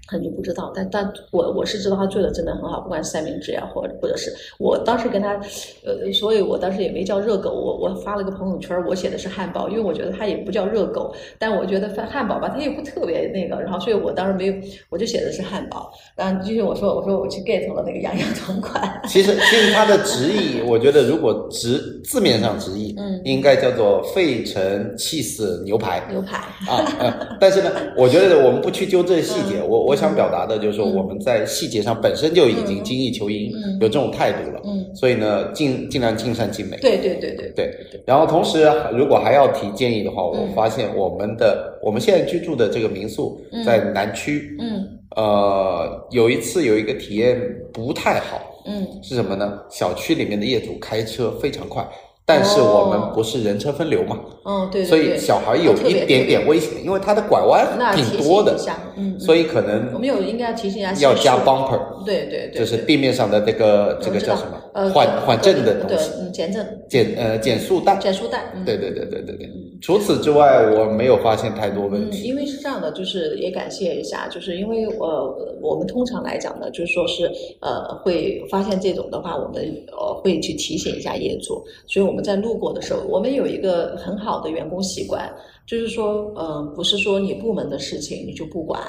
[SPEAKER 2] 可能就不知道，但但我我是知道他做的真的很好，不管是三明治呀、或者或者是我当时跟他，呃，所以我当时也没叫热狗，我我发了个朋友圈，我写的是汉堡，因为我觉得它也不叫热狗，但我觉得汉汉堡吧，它也不特别那个，然后所以我当时没有，我就写的是汉堡，然后就是我说我说我去 get 了那个洋洋同款， <laughs>
[SPEAKER 1] 其实其实它的直译，我觉得如果直字面上直译，
[SPEAKER 2] 嗯
[SPEAKER 1] 应该叫做费城气死牛排。
[SPEAKER 2] 牛排，
[SPEAKER 1] 啊，呃，但是呢，我觉得我们不去纠正细
[SPEAKER 2] 嗯
[SPEAKER 1] 节，我我想表达的就是说，我们在细节上本身就已经精益求赢，
[SPEAKER 2] 嗯
[SPEAKER 1] 有这种态度了，
[SPEAKER 2] 嗯，
[SPEAKER 1] 所以呢，尽尽量尽善尽美。
[SPEAKER 2] 对对对对，嗯
[SPEAKER 1] 对，然后同时如果还要提建议的话，我发现我们的、我们现在居住的这个民宿在南区，
[SPEAKER 2] 嗯
[SPEAKER 1] 呃，有一次有一个体验不太好，
[SPEAKER 2] 嗯，
[SPEAKER 1] 是什么呢？小区里面的业主开车非常快，但是我们不是人车分流嘛，
[SPEAKER 2] 哦对对对，
[SPEAKER 1] 所以小孩有
[SPEAKER 2] 特别
[SPEAKER 1] 一点点危险，因为他的拐弯
[SPEAKER 2] 那提
[SPEAKER 1] 挺
[SPEAKER 2] 醒
[SPEAKER 1] 多的
[SPEAKER 2] 一，下，嗯，
[SPEAKER 1] 所以可
[SPEAKER 2] 我
[SPEAKER 1] 能
[SPEAKER 2] 们有应该要提醒一下，
[SPEAKER 1] 要加
[SPEAKER 2] 帮。
[SPEAKER 1] bumper，
[SPEAKER 2] 对对对，
[SPEAKER 1] 就是
[SPEAKER 2] 对
[SPEAKER 1] 地面上的这个这
[SPEAKER 2] 我
[SPEAKER 1] 个
[SPEAKER 2] 知
[SPEAKER 1] 叫
[SPEAKER 2] 道
[SPEAKER 1] 什么
[SPEAKER 2] 呃，
[SPEAKER 1] 缓
[SPEAKER 2] 对
[SPEAKER 1] 缓震的东
[SPEAKER 2] 对
[SPEAKER 1] 西，
[SPEAKER 2] 嗯，减震、
[SPEAKER 1] 减呃减速带。
[SPEAKER 2] 减速带，嗯，
[SPEAKER 1] 对对对对对对。除此之外，我没有发现太多问
[SPEAKER 2] 嗯，
[SPEAKER 1] 题。
[SPEAKER 2] 因为是这样的，就是也感谢一下，就是因为呃，我们通常来讲呢，就是说是呃，会发现这种的话，我们呃会去提醒一下业主，所以我们们在路过的时候，我们有一个很好的员工习惯，就是说，呃，不是说你部门的事情你就不管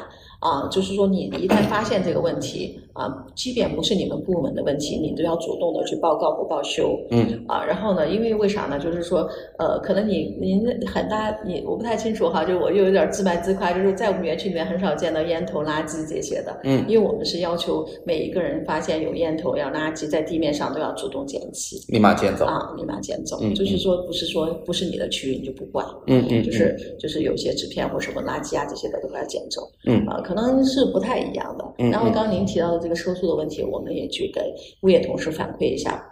[SPEAKER 2] 啊，就是说你一旦发现这个问题啊，即便不是你们部门的问题，你都要主动的去报告不报休。
[SPEAKER 1] 嗯
[SPEAKER 2] 啊，然后呢，因为为啥呢？就是说，呃，可能你您很大，你我不太清楚哈，就我又有点自卖自夸，就是在我们园区里面很少见到烟头、垃圾这些的，
[SPEAKER 1] 嗯，
[SPEAKER 2] 因为我们是要求每一个人发现有烟头、要垃圾在地面上都要主动捡起
[SPEAKER 1] 立马捡走。
[SPEAKER 2] 啊，立马捡走，
[SPEAKER 1] 嗯
[SPEAKER 2] 就是说不是说不是你的区域你就不管，
[SPEAKER 1] 嗯嗯，
[SPEAKER 2] 就是就是有些纸片或什么垃圾啊这些的都把它捡走，
[SPEAKER 1] 嗯
[SPEAKER 2] 啊，可能是不太一样的。
[SPEAKER 1] 嗯
[SPEAKER 2] 然后刚刚您提到的这个收缩的问题，我们也去给物业同事反馈一下。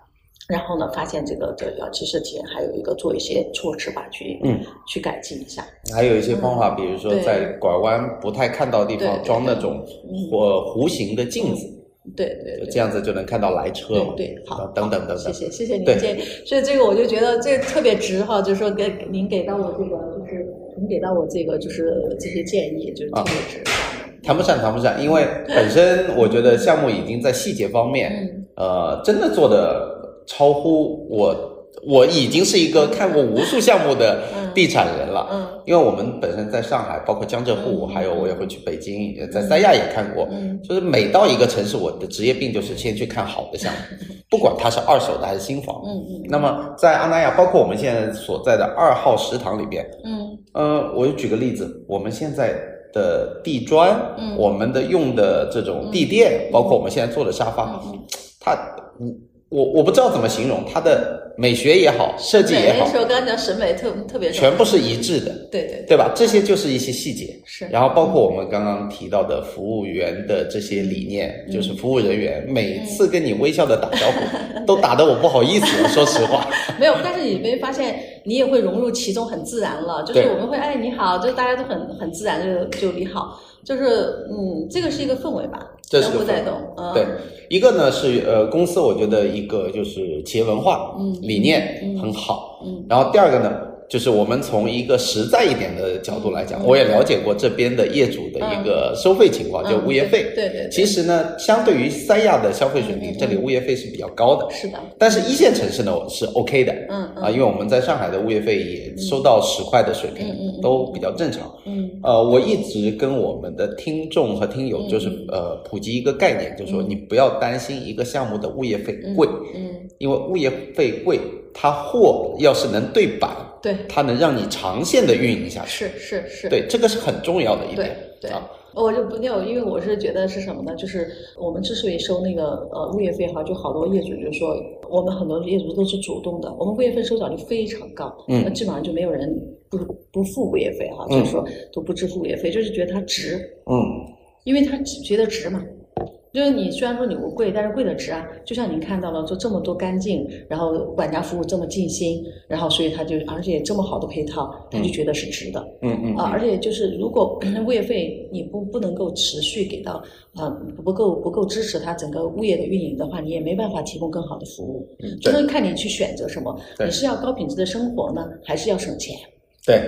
[SPEAKER 2] 然后呢，发现这个这个其实体验还有一个做一些措施吧，去
[SPEAKER 1] 嗯
[SPEAKER 2] 去改进一下。
[SPEAKER 1] 嗯还有一些方法，比如说
[SPEAKER 2] 对
[SPEAKER 1] 在拐弯不太看到的地
[SPEAKER 2] 对
[SPEAKER 1] 方
[SPEAKER 2] 对
[SPEAKER 1] 装那
[SPEAKER 2] 对
[SPEAKER 1] 种
[SPEAKER 2] 嗯
[SPEAKER 1] 或弧形的镜子，
[SPEAKER 2] 对对
[SPEAKER 1] 就
[SPEAKER 2] 对，
[SPEAKER 1] 这样子就能看到来车嘛。
[SPEAKER 2] 对对，好，
[SPEAKER 1] 等等等
[SPEAKER 2] 谢
[SPEAKER 1] 等。
[SPEAKER 2] 谢谢谢您
[SPEAKER 1] 对
[SPEAKER 2] 建议，所以这个我就觉得这个特别值哈，就是说给您给到我这个就是您给到我这个就是这些建议，就是特别值。
[SPEAKER 1] 谈不上，谈不上，因为本身我觉得项目已经在细节方面，
[SPEAKER 2] 嗯
[SPEAKER 1] 呃，真的做的超乎我，我已经是一个看过无数项目的
[SPEAKER 2] 嗯
[SPEAKER 1] 地产人了。
[SPEAKER 2] 嗯
[SPEAKER 1] 因为我们本身在上海，包括江浙沪，
[SPEAKER 2] 嗯
[SPEAKER 1] 还有我也会去北京，也在三亚也看过。
[SPEAKER 2] 嗯
[SPEAKER 1] 就是每到一个城市，我的职业病就是先去看好的项目，不管它是二手的还是新房。
[SPEAKER 2] 嗯嗯
[SPEAKER 1] 那么在阿那亚，包括我们现在所在的二号食堂里边，
[SPEAKER 2] 嗯
[SPEAKER 1] 呃，我就举个例子，我们现在的地砖，
[SPEAKER 2] 嗯
[SPEAKER 1] 我们的用的这种地垫，包括我们现在坐的沙发，
[SPEAKER 2] 嗯，
[SPEAKER 1] 它，嗯我我不知道怎么形容它的美学也好，设计也
[SPEAKER 2] 美
[SPEAKER 1] 好
[SPEAKER 2] 那，时候刚才讲审美特特别
[SPEAKER 1] 全部是一致的，
[SPEAKER 2] 对对对
[SPEAKER 1] 对吧？这些就是一些细节。
[SPEAKER 2] 是，
[SPEAKER 1] 然后包括我们刚刚提到的服务员的这些理念，
[SPEAKER 2] 嗯
[SPEAKER 1] 就是服务人员每次跟你微笑的打招呼，都打得我不好
[SPEAKER 2] <laughs>
[SPEAKER 1] 意思了。说实话，
[SPEAKER 2] 没有，但是你没发现你也会融入其中，很自然了。就是
[SPEAKER 1] 对
[SPEAKER 2] 我们会哎你好，就是大家都很很自然就就你好，就是嗯，这个是一个氛围吧，
[SPEAKER 1] 这是个
[SPEAKER 2] 相互带
[SPEAKER 1] 氛围
[SPEAKER 2] 动，嗯
[SPEAKER 1] 对，一个呢是呃公司，我觉得一个就是企业文化、
[SPEAKER 2] 嗯
[SPEAKER 1] 理念
[SPEAKER 2] 嗯
[SPEAKER 1] 很好，
[SPEAKER 2] 嗯
[SPEAKER 1] 然后第二个呢就是我们从一个实在一点的角度来讲，
[SPEAKER 2] 嗯
[SPEAKER 1] 我也了解过这边的业主的一个收费情况，
[SPEAKER 2] 嗯
[SPEAKER 1] 就物业费。
[SPEAKER 2] 对对对，对
[SPEAKER 1] 其实呢，相对于三亚的消费水平，
[SPEAKER 2] 嗯嗯
[SPEAKER 1] 这里物业费是比较高的，
[SPEAKER 2] 是的，
[SPEAKER 1] 但是一线城市呢是 OK 的。
[SPEAKER 2] 嗯嗯
[SPEAKER 1] 啊，因为我们在上海的物业费也收到十块的水平，
[SPEAKER 2] 嗯嗯嗯
[SPEAKER 1] 都比较正常。
[SPEAKER 2] 嗯
[SPEAKER 1] 呃，我一直跟我们的听众和听友就是、
[SPEAKER 2] 嗯
[SPEAKER 1] 呃普及一个概念，就是说
[SPEAKER 2] 嗯
[SPEAKER 1] 你不要担心一个项目的物业费贵，
[SPEAKER 2] 嗯，
[SPEAKER 1] 因为物业费贵，它货要是能对版，
[SPEAKER 2] 对，
[SPEAKER 1] 它能让你长线的运营下去。
[SPEAKER 2] 是是是，
[SPEAKER 1] 对，这个是很重要的一点。
[SPEAKER 2] 对对
[SPEAKER 1] 啊，
[SPEAKER 2] 我就不那有，因为我是觉得是什么呢？就是我们之所以收那个呃物业费哈，就好多业主就说，我们很多业主都是主动的，我们物业费收缴率非常高，
[SPEAKER 1] 嗯
[SPEAKER 2] 那基本上就没有人不不付物业费哈，就是说都不支付物业费，就是觉得它值，
[SPEAKER 1] 嗯，
[SPEAKER 2] 因为他觉得值嘛。就是你虽然说你不贵，但是贵的值啊。就像您看到了，就这么多干净，然后管家服务这么尽心，然后所以他就而且这么好的配套，他就觉得是值的。
[SPEAKER 1] 嗯嗯
[SPEAKER 2] 啊，而且就是如果 <clears throat> 物业费你不不能够持续给到，啊、不够不够支持它整个物业的运营的话，你也没办法提供更好的服务。
[SPEAKER 1] 嗯
[SPEAKER 2] 就
[SPEAKER 1] 对
[SPEAKER 2] 是看你去选择什么，
[SPEAKER 1] 对
[SPEAKER 2] 你是要高品质的生活呢，还是要省钱， <laughs>
[SPEAKER 1] 对，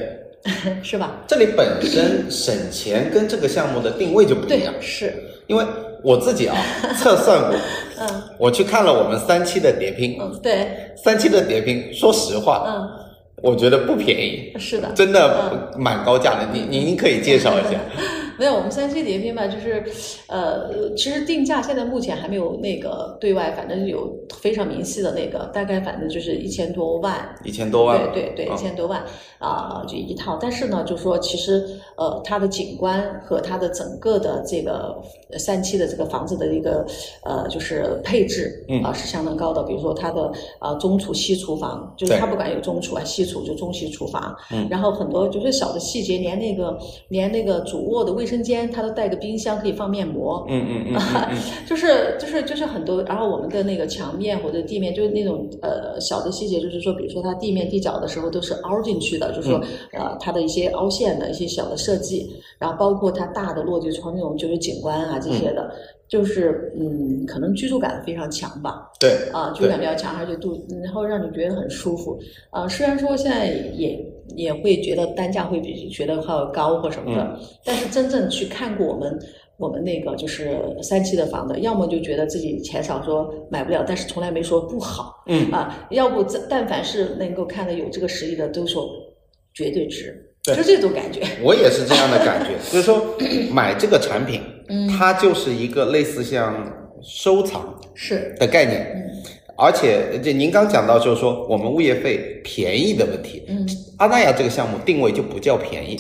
[SPEAKER 2] 是吧？
[SPEAKER 1] 这里本身省钱跟这个项目的定位就不
[SPEAKER 2] 对
[SPEAKER 1] 一样，，
[SPEAKER 2] 是，
[SPEAKER 1] 因为我自
[SPEAKER 2] <laughs>
[SPEAKER 1] 己啊测算过，
[SPEAKER 2] 嗯
[SPEAKER 1] 我去看了我们三期的叠拼，
[SPEAKER 2] 嗯，对，
[SPEAKER 1] 三期的叠拼，说实话，
[SPEAKER 2] 嗯，
[SPEAKER 1] 我觉得不便宜，
[SPEAKER 2] 是的。 <laughs>
[SPEAKER 1] 真
[SPEAKER 2] 嗯
[SPEAKER 1] 的蛮高价的。您您可以介绍一下，
[SPEAKER 2] 没有，我们三 C 叠拼吧，就是，呃，其实定价现在目前还没有那个对外，反正有非常明细的那个，大概反正就是一千多万
[SPEAKER 1] 一千多万，
[SPEAKER 2] 对对对，
[SPEAKER 1] 嗯
[SPEAKER 2] 一千多万啊、就一套。但是呢，就说其实呃，它的景观和它的整个的这个呃三期的这个房子的一个呃，就是配置
[SPEAKER 1] 嗯
[SPEAKER 2] 啊、是相当高的。比如说它的啊、呃中厨、西厨房，就是
[SPEAKER 1] 对
[SPEAKER 2] 它不管有中厨啊、西厨，就中西厨房。
[SPEAKER 1] 嗯
[SPEAKER 2] 然后很多就是小的细节，连那个连那个主卧的卫生间，它都带个冰箱可以放面膜。
[SPEAKER 1] 嗯嗯嗯嗯嗯，
[SPEAKER 2] 就是就是就是很多，然后我们的那个墙面或者地面，就是那种呃小的细节，就是说，比如说它地面地角的时候都是凹进去的，就是说、呃它的一些凹陷的一些小的设计，然后包括它大的落地窗那种就是景观啊这些的，就是嗯，可能居住感非常强吧，
[SPEAKER 1] 对
[SPEAKER 2] 啊，居住感比较强，而且度，然后让你觉得很舒服啊。虽然说现在也也会觉得单价会比觉得还要高或什么
[SPEAKER 1] 嗯
[SPEAKER 2] 的，但是真正去看过我们我们那个就是三期的房子，要么就觉得自己钱少说买不了，但是从来没说不好，
[SPEAKER 1] 嗯
[SPEAKER 2] 啊，要不这但凡是能够看的有这个实力的，都说绝对值，
[SPEAKER 1] 对
[SPEAKER 2] 就这种感觉，
[SPEAKER 1] 我也是这样的感
[SPEAKER 2] <laughs>
[SPEAKER 1] 觉，就是说买这个产品，
[SPEAKER 2] 嗯
[SPEAKER 1] 它就是一个类似像收藏
[SPEAKER 2] 是
[SPEAKER 1] 的概
[SPEAKER 2] 嗯
[SPEAKER 1] 念。而且，这您刚讲到就是说我们物业费便宜的问题，
[SPEAKER 2] 嗯
[SPEAKER 1] 阿那亚这个项目定位就不叫便宜，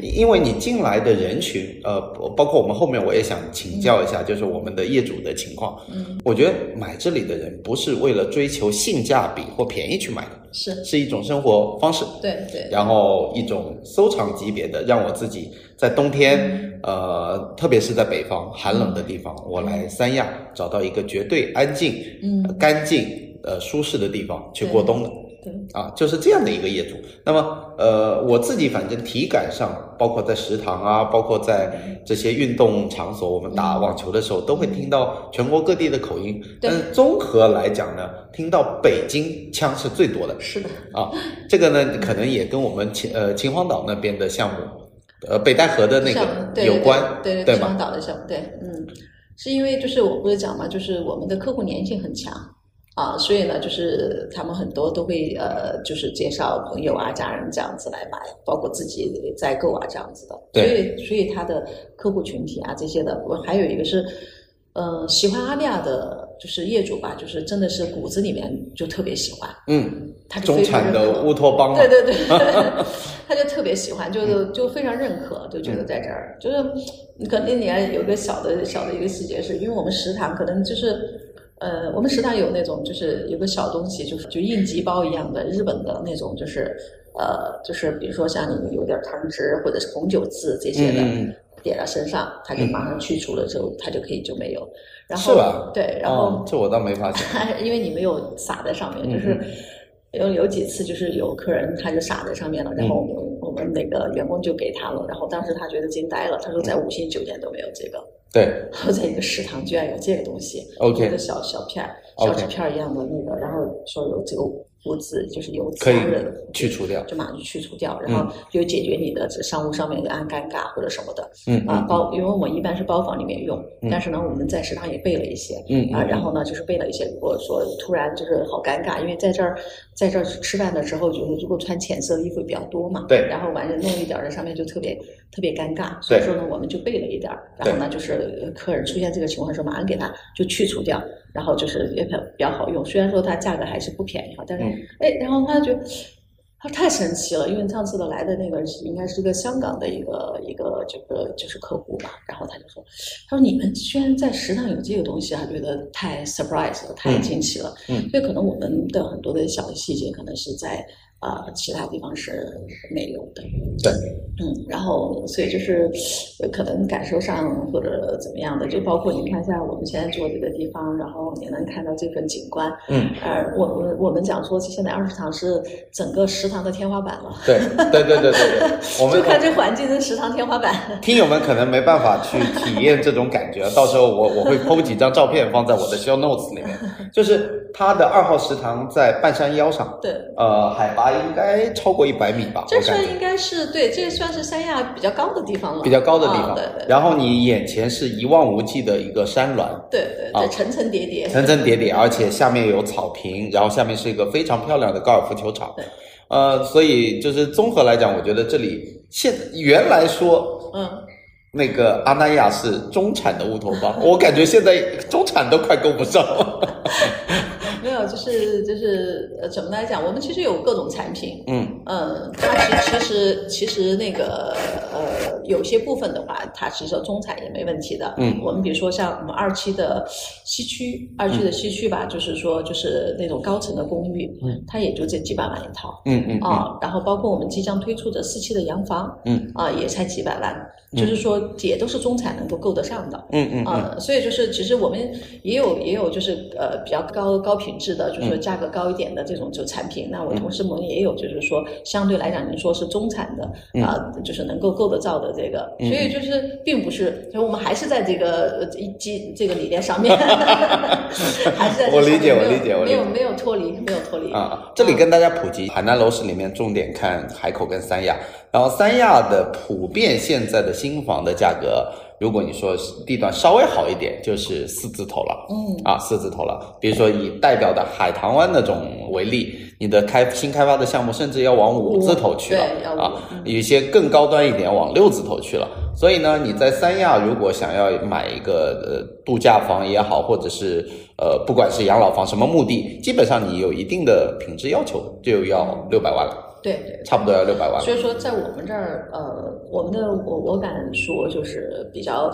[SPEAKER 1] 因为你进来的人群，呃，包括我们后面我也想请教一下，就是我们的业主的情况。
[SPEAKER 2] 嗯，
[SPEAKER 1] 我觉得买这里的人不是为了追求性价比或便宜去买的，
[SPEAKER 2] 是，
[SPEAKER 1] 是一种生活方式。
[SPEAKER 2] 对对，
[SPEAKER 1] 然后一种收藏级别的，让我自己在冬
[SPEAKER 2] 嗯
[SPEAKER 1] 天，呃，特别是在北方寒冷的地方，我来三亚找到一个绝对安静、
[SPEAKER 2] 嗯
[SPEAKER 1] 干净、呃舒适的地方去过冬的
[SPEAKER 2] 对，
[SPEAKER 1] 啊，就是这样的一个业主。那么，呃，我自己反正体感上，包括在食堂啊，包括在这些运动场所，我们打网球的时候，都会听到全国各地的口音。
[SPEAKER 2] 嗯对
[SPEAKER 1] 但是综合来讲呢，听到北京腔是最多的。
[SPEAKER 2] 是的。 <laughs>
[SPEAKER 1] 啊，这个呢，可能也跟我们秦呃秦皇岛那边的项目，呃北戴河的那
[SPEAKER 2] 项
[SPEAKER 1] 个
[SPEAKER 2] 目对
[SPEAKER 1] 有关，
[SPEAKER 2] 对对
[SPEAKER 1] 对
[SPEAKER 2] 秦皇
[SPEAKER 1] 吗？
[SPEAKER 2] 岛的项目，对，嗯，是因为就是我不是讲嘛，就是我们的客户粘性很强啊，所以呢，就是他们很多都会呃，就是介绍朋友啊、家人这样子来买，包括自己在购啊这样子的，所
[SPEAKER 1] 对
[SPEAKER 2] 以所以他的客户群体啊这些的，我还有一个是呃喜欢阿利亚的，就是业主吧，就是真的是骨子里面就特别喜欢，
[SPEAKER 1] 嗯，
[SPEAKER 2] 他就
[SPEAKER 1] 中
[SPEAKER 2] 非常
[SPEAKER 1] 产
[SPEAKER 2] 认可
[SPEAKER 1] 的乌托邦嘛啊
[SPEAKER 2] 对，对对，
[SPEAKER 1] <laughs>
[SPEAKER 2] <laughs> 他就特别喜欢，
[SPEAKER 1] 嗯
[SPEAKER 2] 就是就非常认可，就觉得在这儿，就是可能你还有个小的小的一个细节是，因为我们食堂可能就是。呃，我们食堂有那种，就是有个小东西，就是就应急包一样的，日本的那种，就是呃，就是比如说像你有点汤汁或者是红酒渍这些的，
[SPEAKER 1] 嗯嗯
[SPEAKER 2] 点到身上，它就马上去除了之后，它就可以就没有。然后
[SPEAKER 1] 是吧
[SPEAKER 2] 对，然后、
[SPEAKER 1] 哦这我倒没发现，
[SPEAKER 2] <laughs> 因为你没有撒在上
[SPEAKER 1] 嗯
[SPEAKER 2] 面，就是有有几次就是有客人他就撒在上面了，然后我们、
[SPEAKER 1] 嗯
[SPEAKER 2] 我们那个员工就给他了，然后当时他觉得惊呆了，他说
[SPEAKER 1] 嗯
[SPEAKER 2] 在五星酒店都没有这个，
[SPEAKER 1] 对
[SPEAKER 2] 然后在一个食堂居然有这个东西
[SPEAKER 1] OK
[SPEAKER 2] 一个小小片儿小
[SPEAKER 1] OK
[SPEAKER 2] 纸片儿一样的那个，然后说有这个污渍，就是油渍
[SPEAKER 1] 可以
[SPEAKER 2] 啊或者
[SPEAKER 1] 去除嗯掉
[SPEAKER 2] 就马上去除掉，然后就解决你的商务上面的按尴尬或者什么的。
[SPEAKER 1] 嗯
[SPEAKER 2] 啊，包因为我们一般是包房里面用，但是呢，我们在食堂也备了一些，
[SPEAKER 1] 嗯
[SPEAKER 2] 啊，然后呢，就是备了一些，如果说突然就是好尴尬，因为在这儿在这儿吃饭的时候，就是如果穿浅色的衣服比较多嘛，
[SPEAKER 1] 对
[SPEAKER 2] 然后完了弄一点儿在上面就特别特别尴尬，所
[SPEAKER 1] 对
[SPEAKER 2] 以说呢，我们就备了一点儿，然后呢，就是客人出现这个情况的时候，马上给他就去除掉，然后就是也比较比较好用，虽然说它价格还是不便宜啊，但是
[SPEAKER 1] 嗯
[SPEAKER 2] 哎，然后他就他太神奇了，因为上次的来的那个是应该是一个香港的一个一个这个就是客户吧，然后他就说，他说你们居然在食堂有这个东西，啊他觉得太 surprise 了，太惊奇了，
[SPEAKER 1] 嗯
[SPEAKER 2] 所以可能我们的很多的小的细节，可能是在啊、呃其他地方是没有的，
[SPEAKER 1] 对，
[SPEAKER 2] 嗯，然后所以就是呃可能感受上或者怎么样的，就包括你看一下我们现在坐这个地方，然后你能看到这份景观，
[SPEAKER 1] 嗯，
[SPEAKER 2] 呃，我我我们讲说现在二食堂是整个食堂的天花板了，
[SPEAKER 1] 对对对对对对，我
[SPEAKER 2] 就
[SPEAKER 1] 们
[SPEAKER 2] 看这环境是食堂天花板，
[SPEAKER 1] 听友们可能没办法去体验这种感觉，到时候我我会 PO 几张照片放在我的 show notes 里面，就是它的二号食堂在半山腰上，
[SPEAKER 2] 对。
[SPEAKER 1] 呃，海拔应该超过一百米吧，
[SPEAKER 2] 这
[SPEAKER 1] 我感
[SPEAKER 2] 算
[SPEAKER 1] 觉。
[SPEAKER 2] 应该是对，这算是三亚比较高的地方了，
[SPEAKER 1] 比较高的地
[SPEAKER 2] 啊
[SPEAKER 1] 方
[SPEAKER 2] 对对，
[SPEAKER 1] 然后你眼前是一望无际的一个山峦，
[SPEAKER 2] 对对
[SPEAKER 1] 啊
[SPEAKER 2] 对，层层叠叠，
[SPEAKER 1] 层层叠叠，而且下面有草坪，然后下面是一个非常漂亮的高尔夫球场
[SPEAKER 2] 对。
[SPEAKER 1] 呃，所以就是综合来讲，我觉得这里现原来说
[SPEAKER 2] 嗯，
[SPEAKER 1] 那个阿那亚是中产的乌托邦，我感觉现在中产都快够不上了。
[SPEAKER 2] 没有，就是就是呃，怎么来讲？我们其实有各种产品，
[SPEAKER 1] 嗯，
[SPEAKER 2] 嗯，它其其实其实那个呃，有些部分的话，它其实中产也没问题的。
[SPEAKER 1] 嗯
[SPEAKER 2] 我们比如说像我们二期的西区，二区的西区吧，就是说就是那种高层的公寓，
[SPEAKER 1] 嗯，
[SPEAKER 2] 它也就这几百万一套。
[SPEAKER 1] 嗯嗯嗯，
[SPEAKER 2] 啊，然后包括我们即将推出的四期的洋房，
[SPEAKER 1] 嗯，
[SPEAKER 2] 啊，也才几百万，就是说也都是中产能够够得上的，
[SPEAKER 1] 嗯嗯嗯
[SPEAKER 2] 啊，所以就是其实我们也有也有就是呃比较高高品质的，
[SPEAKER 1] 嗯
[SPEAKER 2] 就是价格高一点的这种就产品。那我同事们也有，就是说相对来讲，您说是中产的
[SPEAKER 1] 嗯
[SPEAKER 2] 啊、就是能够够得着的这个。所以就是并不是，所以我们还是在这个呃一基这个理念
[SPEAKER 1] <laughs>
[SPEAKER 2] 上面，还是在这
[SPEAKER 1] 我理解
[SPEAKER 2] 上面
[SPEAKER 1] 我理解我理
[SPEAKER 2] 没有
[SPEAKER 1] 解
[SPEAKER 2] 没有没有脱离，没有脱离。
[SPEAKER 1] 啊，这里跟大家普及，海南楼市里面重点看海口跟三亚，然后三亚的普遍现在的新房的价格，如果你说是地段稍微好一点，就是四字头了。
[SPEAKER 2] 嗯
[SPEAKER 1] 啊，四字头了。比如说以代表的海棠湾那种为例，你的开新开发的项目甚至要往五字头去了
[SPEAKER 2] 对要五嗯
[SPEAKER 1] 啊，有一些更高端一点往六字头去了。所以呢，你在三亚如果想要买一个呃度假房也好，或者是呃不管是养老房什么目的，基本上你有一定的品质要求，就要六百万了，
[SPEAKER 2] 对对。
[SPEAKER 1] 差不多要六百万了
[SPEAKER 2] 所。以说，在我们这儿，呃，我们的我我敢说，就是比较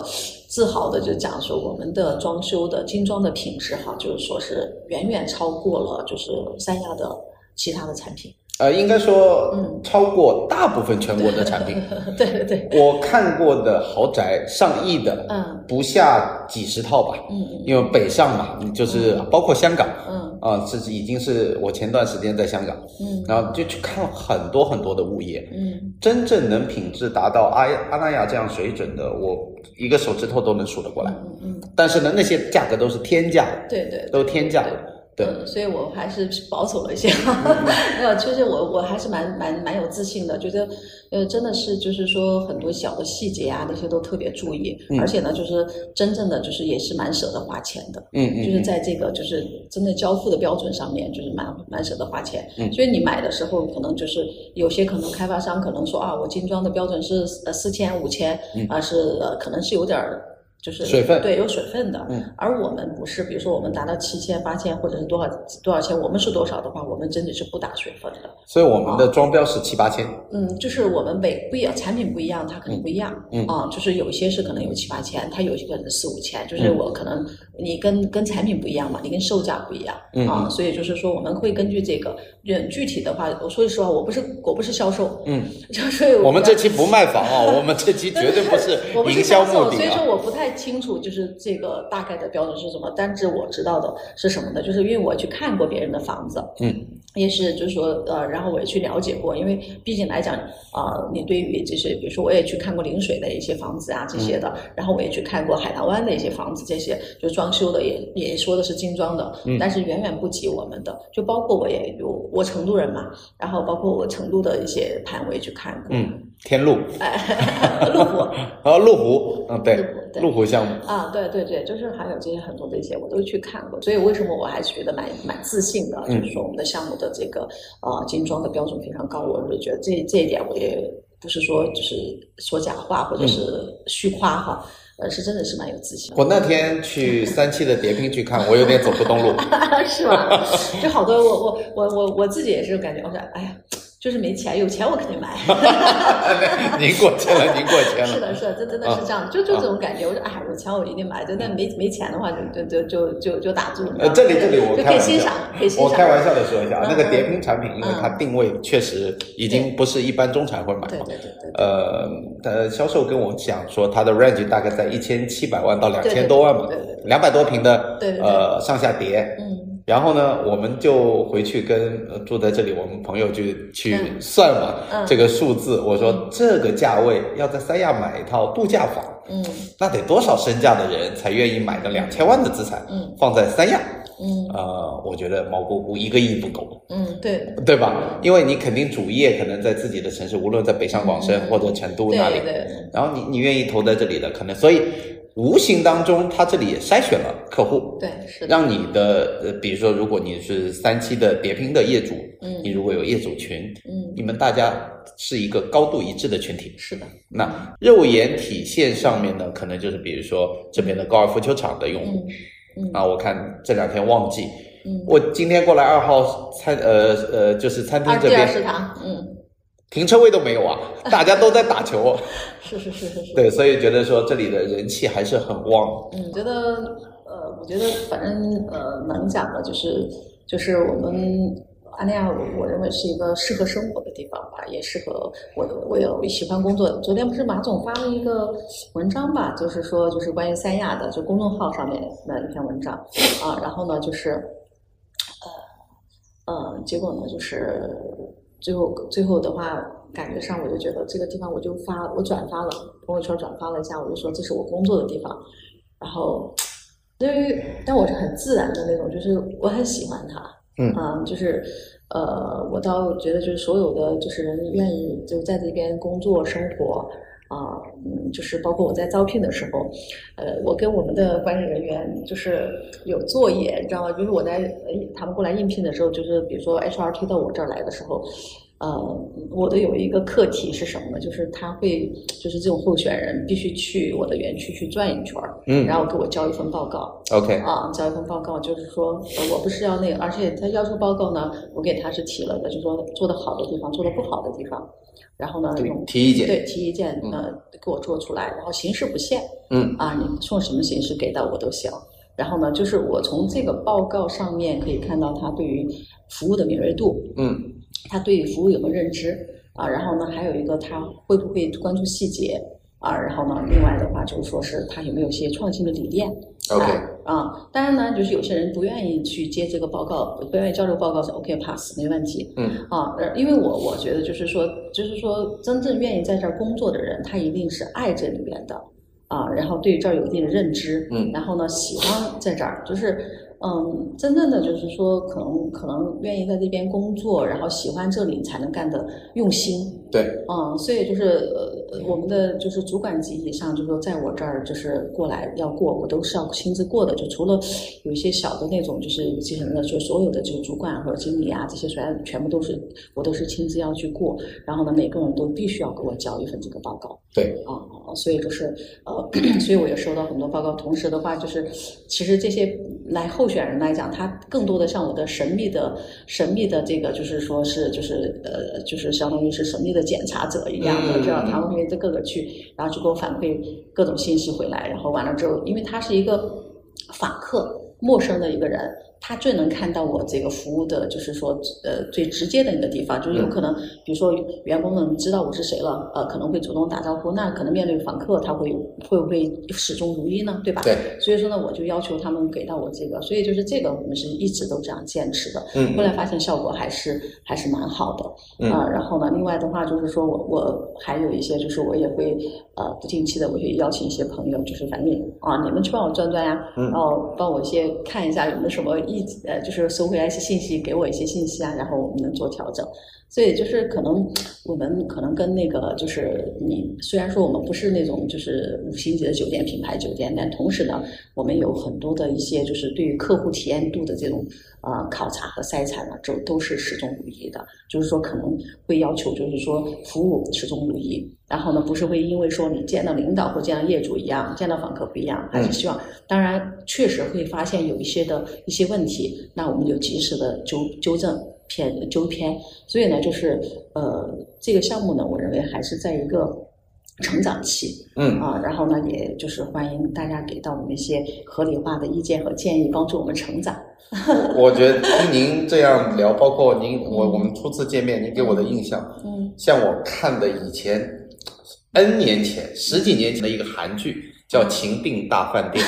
[SPEAKER 2] 自豪的，就讲说我们的装修的精装的品质哈，就是说是远远超过了就是三亚的其他的产品。 <laughs>
[SPEAKER 1] 呃，应该说
[SPEAKER 2] 嗯
[SPEAKER 1] 超过大部分全国的产
[SPEAKER 2] <laughs>
[SPEAKER 1] 品。
[SPEAKER 2] 对对对，
[SPEAKER 1] 我看过的豪宅上亿的，
[SPEAKER 2] 嗯
[SPEAKER 1] 不下几十套吧，
[SPEAKER 2] 嗯
[SPEAKER 1] 因为北上嘛，你就是包括香港
[SPEAKER 2] 嗯
[SPEAKER 1] 啊，这是已经是我前段时间在香港，
[SPEAKER 2] 嗯
[SPEAKER 1] 然后就去看了很多很多的物业，
[SPEAKER 2] 嗯
[SPEAKER 1] 真正能品质达到阿阿那亚这样水准的，我一个手指头都能数得过来。
[SPEAKER 2] 嗯嗯，
[SPEAKER 1] 但是呢，那些价格都是天价，
[SPEAKER 2] 对对。
[SPEAKER 1] 都天价，对，
[SPEAKER 2] 嗯，所以我还是保守了一些， <laughs> 没有，就是我我还是蛮蛮蛮有自信的，觉得，呃，真的是就是说很多小的细节啊，那些都特别注意，而且呢，就是真正的就是也是蛮舍得花钱的，
[SPEAKER 1] 嗯嗯
[SPEAKER 2] 就是在这个就是真的交付的标准上面，就是蛮蛮舍得花钱。
[SPEAKER 1] 嗯
[SPEAKER 2] 所以你买的时候，可能就是有些可能开发商可能说啊，我精装的标准是呃四千五千啊，是呃可能是有点儿。就是
[SPEAKER 1] 嗯水分嗯
[SPEAKER 2] 对，有水分的。而我们不是，比如说我们达到七千、八千或者是多少多少钱，我们是多少的话，我们真的是不打水分的。
[SPEAKER 1] 所以我们的装标是七八千，
[SPEAKER 2] 嗯，就是我们每不一样产品不一样，它可能不一样。嗯啊，就是有一些是可能有七八千，它有一些可能四五千，就是
[SPEAKER 1] 嗯
[SPEAKER 2] 我可能你跟跟产品不一样嘛，你跟售价不一样
[SPEAKER 1] 嗯
[SPEAKER 2] 啊，所以就是说我们会根据这个，嗯，具体的话，我说实话，我不是我不是销售，
[SPEAKER 1] 嗯，
[SPEAKER 2] <laughs> 就所以
[SPEAKER 1] 我们
[SPEAKER 2] 不
[SPEAKER 1] 这
[SPEAKER 2] 太
[SPEAKER 1] 期不卖房啊，我们这期绝对不是
[SPEAKER 2] <laughs> 我不是
[SPEAKER 1] 营销
[SPEAKER 2] 售
[SPEAKER 1] 目
[SPEAKER 2] 所
[SPEAKER 1] 的
[SPEAKER 2] 以说
[SPEAKER 1] 啊。
[SPEAKER 2] 我不太清楚就是这个大概的标准是什么，但是我知道的是什么呢？就是因为我去看过别人的房子，
[SPEAKER 1] 嗯，
[SPEAKER 2] 也是就是说呃，然后我也去了解过，因为毕竟来讲啊、呃你对于就是比如说我也去看过陵水的一些房子啊这些的，
[SPEAKER 1] 嗯
[SPEAKER 2] 然后我也去看过海棠湾的一些房子，这些就装修的也也说的是精装的，
[SPEAKER 1] 嗯
[SPEAKER 2] 但是远远不及我们的，就包括我也有我成都人嘛，然后包括我成都的一些盘我也去看过，
[SPEAKER 1] 嗯，天路，
[SPEAKER 2] <laughs> 路虎。
[SPEAKER 1] 然后路湖，嗯，对
[SPEAKER 2] 路虎，对
[SPEAKER 1] 路湖项目，
[SPEAKER 2] 啊，对对对，就是还有这些很多的一些我都去看过，所以为什么我还是觉得蛮蛮自信的，
[SPEAKER 1] 嗯
[SPEAKER 2] 就是说我们的项目的这个呃精装的标准非常高，我就觉得这这一点我也不是说就是说假话或者是虚夸哈，呃是真的是蛮有自信的。
[SPEAKER 1] 嗯我那天去三期的叠拼去看，我有点走不
[SPEAKER 2] <laughs>
[SPEAKER 1] 动路。
[SPEAKER 2] <laughs> 是吧？就好多我我我我我自己也是感觉，我说哎呀，就是没钱，有钱我肯
[SPEAKER 1] <laughs>
[SPEAKER 2] 定买。
[SPEAKER 1] 您过签了，您过签
[SPEAKER 2] 是
[SPEAKER 1] 了。
[SPEAKER 2] 的，是的，这真的是这
[SPEAKER 1] 啊
[SPEAKER 2] 样，就就这种感觉。我说，哎，有钱我一定买，就但没没钱的话，就就就就就就打住。你知道
[SPEAKER 1] 呃，
[SPEAKER 2] 吗
[SPEAKER 1] 这里这里我开
[SPEAKER 2] 就可以
[SPEAKER 1] 玩
[SPEAKER 2] 欣
[SPEAKER 1] 笑
[SPEAKER 2] 赏，可以，欣
[SPEAKER 1] 我
[SPEAKER 2] 赏。
[SPEAKER 1] 开玩笑的说一下，啊那
[SPEAKER 2] 嗯
[SPEAKER 1] 个叠拼产品，因为它
[SPEAKER 2] 嗯
[SPEAKER 1] 定位确实已经不是一般中产会买
[SPEAKER 2] 对
[SPEAKER 1] 嘛。
[SPEAKER 2] 对对对
[SPEAKER 1] 呃，呃，销售跟我讲说，它的 range 大概在一千七百万到两
[SPEAKER 2] 对对
[SPEAKER 1] 千多万嘛
[SPEAKER 2] 对对，
[SPEAKER 1] 两百多平的
[SPEAKER 2] 对对对
[SPEAKER 1] 呃上下叠，
[SPEAKER 2] 对，嗯
[SPEAKER 1] 然后呢，我们就回去跟呃住在这里我们朋友去去
[SPEAKER 2] 嗯
[SPEAKER 1] 算嘛、
[SPEAKER 2] 嗯
[SPEAKER 1] 这个数字。我说这个价位要在三亚买一套度假房，
[SPEAKER 2] 嗯
[SPEAKER 1] 那得多少身价的人才愿意买个两千万的资产
[SPEAKER 2] 嗯
[SPEAKER 1] 放在三亚？
[SPEAKER 2] 嗯
[SPEAKER 1] 呃，我觉得毛估估一个亿不够，
[SPEAKER 2] 嗯，对
[SPEAKER 1] 对吧？因为你肯定主业可能在自己的城市，无论在北上广深或者成都
[SPEAKER 2] 嗯对
[SPEAKER 1] 那里，
[SPEAKER 2] 对，
[SPEAKER 1] 然后你你愿意投在这里的，可能所以无形当中他这里也筛选了客户，
[SPEAKER 2] 对是的，
[SPEAKER 1] 让你的呃，比如说，如果你是三期的别拼的业主，
[SPEAKER 2] 嗯
[SPEAKER 1] 你如果有业主群，
[SPEAKER 2] 嗯
[SPEAKER 1] 你们大家是一个高度一致的群体。
[SPEAKER 2] 是的，
[SPEAKER 1] 那肉眼体现上面呢，可能就是比如说这边的高尔夫球场的用户
[SPEAKER 2] 嗯嗯
[SPEAKER 1] 啊，我看这两天旺季，
[SPEAKER 2] 嗯。
[SPEAKER 1] 我今天过来二号餐呃呃就是餐厅
[SPEAKER 2] 二
[SPEAKER 1] 这
[SPEAKER 2] 第二食
[SPEAKER 1] 边
[SPEAKER 2] 堂，嗯，
[SPEAKER 1] 停车位都没有啊，大家都在打球， <laughs>
[SPEAKER 2] 是是是是是，
[SPEAKER 1] 对，所以觉得说这里的人气还是很旺，
[SPEAKER 2] 嗯，觉得呃，我觉得反正呃，能讲的就是就是我们呃安利亚，啊我我认为是一个适合生活的地方吧，也适合我我有喜欢工作。昨天不是马总发了一个文章吧，就是说就是关于三亚的，就公众号上面的一篇文章啊，然后呢就是。呃，结果呢，就是最后最后的话，感觉上我就觉得这个地方，我就发我转发了朋友圈转发了一下，我就说这是我工作的地方，然后对于但我是很自然的那种，就是我很喜欢它，
[SPEAKER 1] 嗯
[SPEAKER 2] 就是呃，我倒觉得就是所有的就是人愿意就在这边工作生活。啊，嗯，就是包括我在招聘的时候，呃，我跟我们的管理人员就是有作业，你知道吗？就是我在呃他们过来应聘的时候，就是比如说 HR 推到我这儿来的时候，呃，我的有一个课题是什么呢？就是他会，就是这种候选人必须去我的园区去转一圈儿，
[SPEAKER 1] 嗯
[SPEAKER 2] 然后给我交一份报告。
[SPEAKER 1] ，OK，
[SPEAKER 2] 啊，交一份报告，就是说呃我不是要那个，而且他要求报告呢，我给他是提了的，就是说做的好的地方，做的不好的地方，然后呢，用
[SPEAKER 1] 提意见
[SPEAKER 2] 对提意见，呃，给我做出来，然后形式不限，
[SPEAKER 1] 嗯
[SPEAKER 2] 啊，你送什么形式给到我都行。然后呢，就是我从这个报告上面可以看到他对于服务的敏锐度，
[SPEAKER 1] 嗯
[SPEAKER 2] 他对服务有没有认知啊？然后呢，还有一个他会不会关注细节啊？然后呢，另外的话就是说是他有没有一些创新的理念。
[SPEAKER 1] ，OK，
[SPEAKER 2] 啊啊，当然呢，就是有些人不愿意去接这个报告，不愿意交这个报告是 OK pass 没问题
[SPEAKER 1] 嗯
[SPEAKER 2] 啊。呃因为我我觉得就是说，就是说真正愿意在这儿工作的人，他一定是爱这里面的啊，然后对这儿有一定的认知，
[SPEAKER 1] 嗯
[SPEAKER 2] 然后呢，喜欢在这儿，就是嗯，真正的就是说，可能可能愿意在这边工作，然后喜欢这里，才能干得用心。
[SPEAKER 1] 对，
[SPEAKER 2] 嗯，所以就是呃，我们的就是主管级以上，就是说在我这儿就是过来要过，我都是要亲自过的。就除了有一些小的那种，就是基层的，就所有的就主管和经理啊这些，全全部都是我都是亲自要去过。然后呢，每个人都必须要给我交一份这个报告。
[SPEAKER 1] 对
[SPEAKER 2] 啊、所以就是呃， <clears throat> 所以我也收到很多报告。同时的话，就是其实这些来候选人来讲，他更多的像我的神秘的、神秘的这个，就是说是就是呃，就是相当于是神秘的检查者一样的，
[SPEAKER 1] 嗯
[SPEAKER 2] 这样他们会在各个去，然后去给我反馈各种信息回来，然后完了之后，因为他是一个访客。陌生的一个人，他最能看到我这个服务的，就是说，呃，最直接的一个地方，就是有
[SPEAKER 1] 嗯
[SPEAKER 2] 可能，比如说员工们知道我是谁了，呃，可能会主动打招呼，那可能面对访客，他会会不会始终如一呢？对吧？
[SPEAKER 1] 对，
[SPEAKER 2] 所以说呢，我就要求他们给到我这个，所以就是这个，我们是一直都这样坚持的。
[SPEAKER 1] 嗯
[SPEAKER 2] 后来发现效果还是还是蛮好的，
[SPEAKER 1] 嗯
[SPEAKER 2] 啊，然后呢，另外的话就是说我我还有一些就是我也会呃不定期的我会邀请一些朋友，就是反正啊你们去帮我转转呀、
[SPEAKER 1] 嗯
[SPEAKER 2] 然后帮我一些看一下有没有什么意呃就是收回来一些信息，给我一些信息啊，然后我们能做调整。所以就是可能我们可能跟那个就是你虽然说我们不是那种就是五星级的酒店品牌酒店，但同时呢，我们有很多的一些就是对于客户体验度的这种呃考察和筛查呢，都都是始终如一的。就是说可能会要求就是说服务始终如一，然后呢不是会因为说你见到领导或见到业主一样，见到访客不一样，还是希望当然确实会发现有一些的一些问题，那我们就及时的纠纠正。偏纠偏，所以呢，就是呃，这个项目呢，我认为还是在一个成长期，
[SPEAKER 1] 嗯
[SPEAKER 2] 啊，然后呢，也就是欢迎大家给到我们一些合理化的意见和建议，帮助我们成长。
[SPEAKER 1] 我我觉得听您这样聊，包括您我我们初次见面，您给我的印象，
[SPEAKER 2] 嗯
[SPEAKER 1] 像我看的以前 N 年前、十几年前的一个韩剧，叫《情定大饭店》，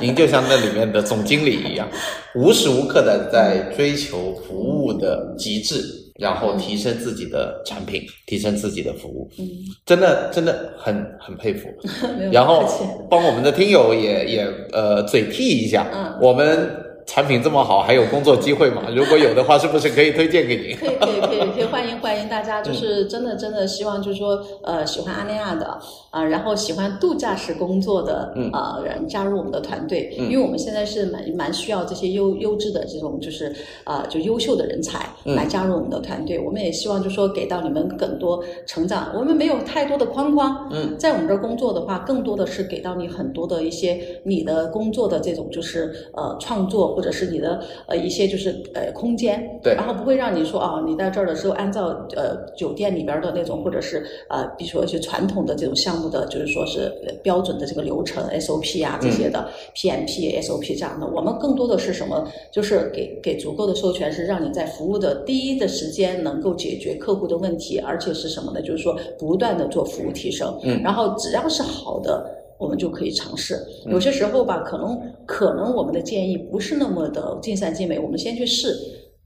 [SPEAKER 1] 您就像那里面的总经理一样，无时无刻的在追求服务的极致，然后提升自己的产品，提升自己的服务，
[SPEAKER 2] 嗯， <laughs>
[SPEAKER 1] 真的真的很很佩服。
[SPEAKER 2] 没有
[SPEAKER 1] 然后
[SPEAKER 2] 客气
[SPEAKER 1] 帮我们的听友也也呃嘴替一下，
[SPEAKER 2] 嗯
[SPEAKER 1] 我们。产品这么好，还有工作机会吗？
[SPEAKER 2] <laughs>
[SPEAKER 1] 如果有的话，是不是可以推荐给您？
[SPEAKER 2] 可以可以可以可以欢迎欢迎大家，就是真的真的希望就是说呃喜欢阿那亚的啊、然后喜欢度假式工作的
[SPEAKER 1] 嗯
[SPEAKER 2] 呃人加入我们的团队，
[SPEAKER 1] 嗯
[SPEAKER 2] 因为我们现在是蛮蛮需要这些优优质的这种就是啊、就优秀的人才
[SPEAKER 1] 嗯
[SPEAKER 2] 来加入我们的团队，我们也希望就是说给到你们更多成长，我们没有太多的框框，
[SPEAKER 1] 嗯，
[SPEAKER 2] 在我们这儿工作的话，更多的是给到你很多的一些你的工作的这种就是呃创作，或者是你的呃一些就是呃空间，
[SPEAKER 1] 对
[SPEAKER 2] 然后不会让你说啊，你在这儿的时候按照呃酒店里边儿的那种，或者是呃比如说一些传统的这种项目的，就是说是呃标准的这个流程 SOP 啊这些
[SPEAKER 1] 嗯
[SPEAKER 2] 的 PMP、SOP 这样的，我们更多的是什么？就是给给足够的授权，是让你在服务的第一的时间能够解决客户的问题，而且是什么呢？就是说不断的做服务提升，
[SPEAKER 1] 嗯
[SPEAKER 2] 然后只要是好的。我们就可以尝试，
[SPEAKER 1] 嗯
[SPEAKER 2] 有些时候吧，可能可能我们的建议不是那么的尽善尽美，我们先去试，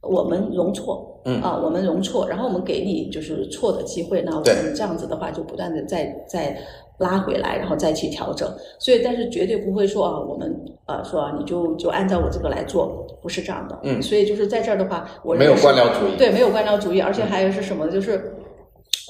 [SPEAKER 2] 我们容错，
[SPEAKER 1] 嗯
[SPEAKER 2] 啊，我们容错，然后我们给你就是错的机会，那我
[SPEAKER 1] 对
[SPEAKER 2] 们这样子的话就不断的再再拉回来，然后再去调整。所以，但是绝对不会说啊，我们呃说啊，你就就按照我这个来做，不是这样的。
[SPEAKER 1] 嗯
[SPEAKER 2] 所以就是在这儿的话，我
[SPEAKER 1] 没有
[SPEAKER 2] 认识
[SPEAKER 1] 官僚主义。
[SPEAKER 2] 对，没有官僚主义，而且还有是什么呢？就是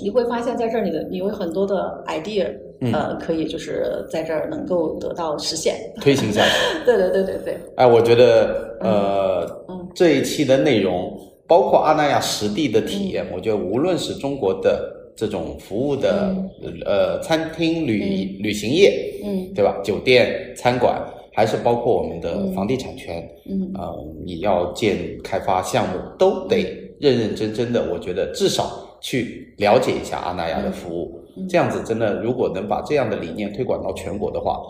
[SPEAKER 2] 你会发现在这儿，你的你有很多的 idea，、呃，
[SPEAKER 1] 嗯
[SPEAKER 2] 可以就是在这儿能够得到实现。 <laughs>
[SPEAKER 1] 推行下去。
[SPEAKER 2] 对对对对对，
[SPEAKER 1] 哎，我觉得呃、
[SPEAKER 2] 嗯
[SPEAKER 1] 这一期的内容，包括阿那亚实地的体
[SPEAKER 2] 嗯
[SPEAKER 1] 验，我觉得无论是中国的这种服务的、呃餐厅旅、旅行业，
[SPEAKER 2] 嗯
[SPEAKER 1] 对吧？酒店、餐馆，还是包括我们的房地产权，
[SPEAKER 2] 嗯
[SPEAKER 1] 呃，你要建开发项目，都得
[SPEAKER 2] 嗯
[SPEAKER 1] 认认真真的。我觉得至少去了解一下阿那亚的服务，
[SPEAKER 2] 嗯
[SPEAKER 1] 这样子真的，如果能把这样的理念推广到全国的话，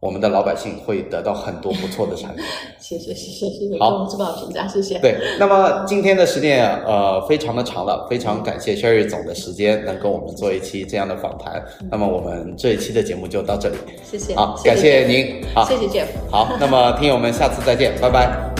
[SPEAKER 1] 我们的老百姓会得到很多不错的
[SPEAKER 2] <laughs>
[SPEAKER 1] 产品。
[SPEAKER 2] 谢谢谢谢谢谢，给
[SPEAKER 1] 好
[SPEAKER 2] 我们这么好评价，谢谢。
[SPEAKER 1] 对，那么今天的时间呃非常的长了，非常感谢 Sherry 总的时间能跟我们做一期这样的访谈。那么我们这一期的节目就到这里，
[SPEAKER 2] 谢谢，
[SPEAKER 1] 好，
[SPEAKER 2] 谢
[SPEAKER 1] 感
[SPEAKER 2] 嗯谢
[SPEAKER 1] 谢您，好啊
[SPEAKER 2] ，Jeff，谢谢 Jeff。
[SPEAKER 1] 好，那么听友们下次再见，拜拜。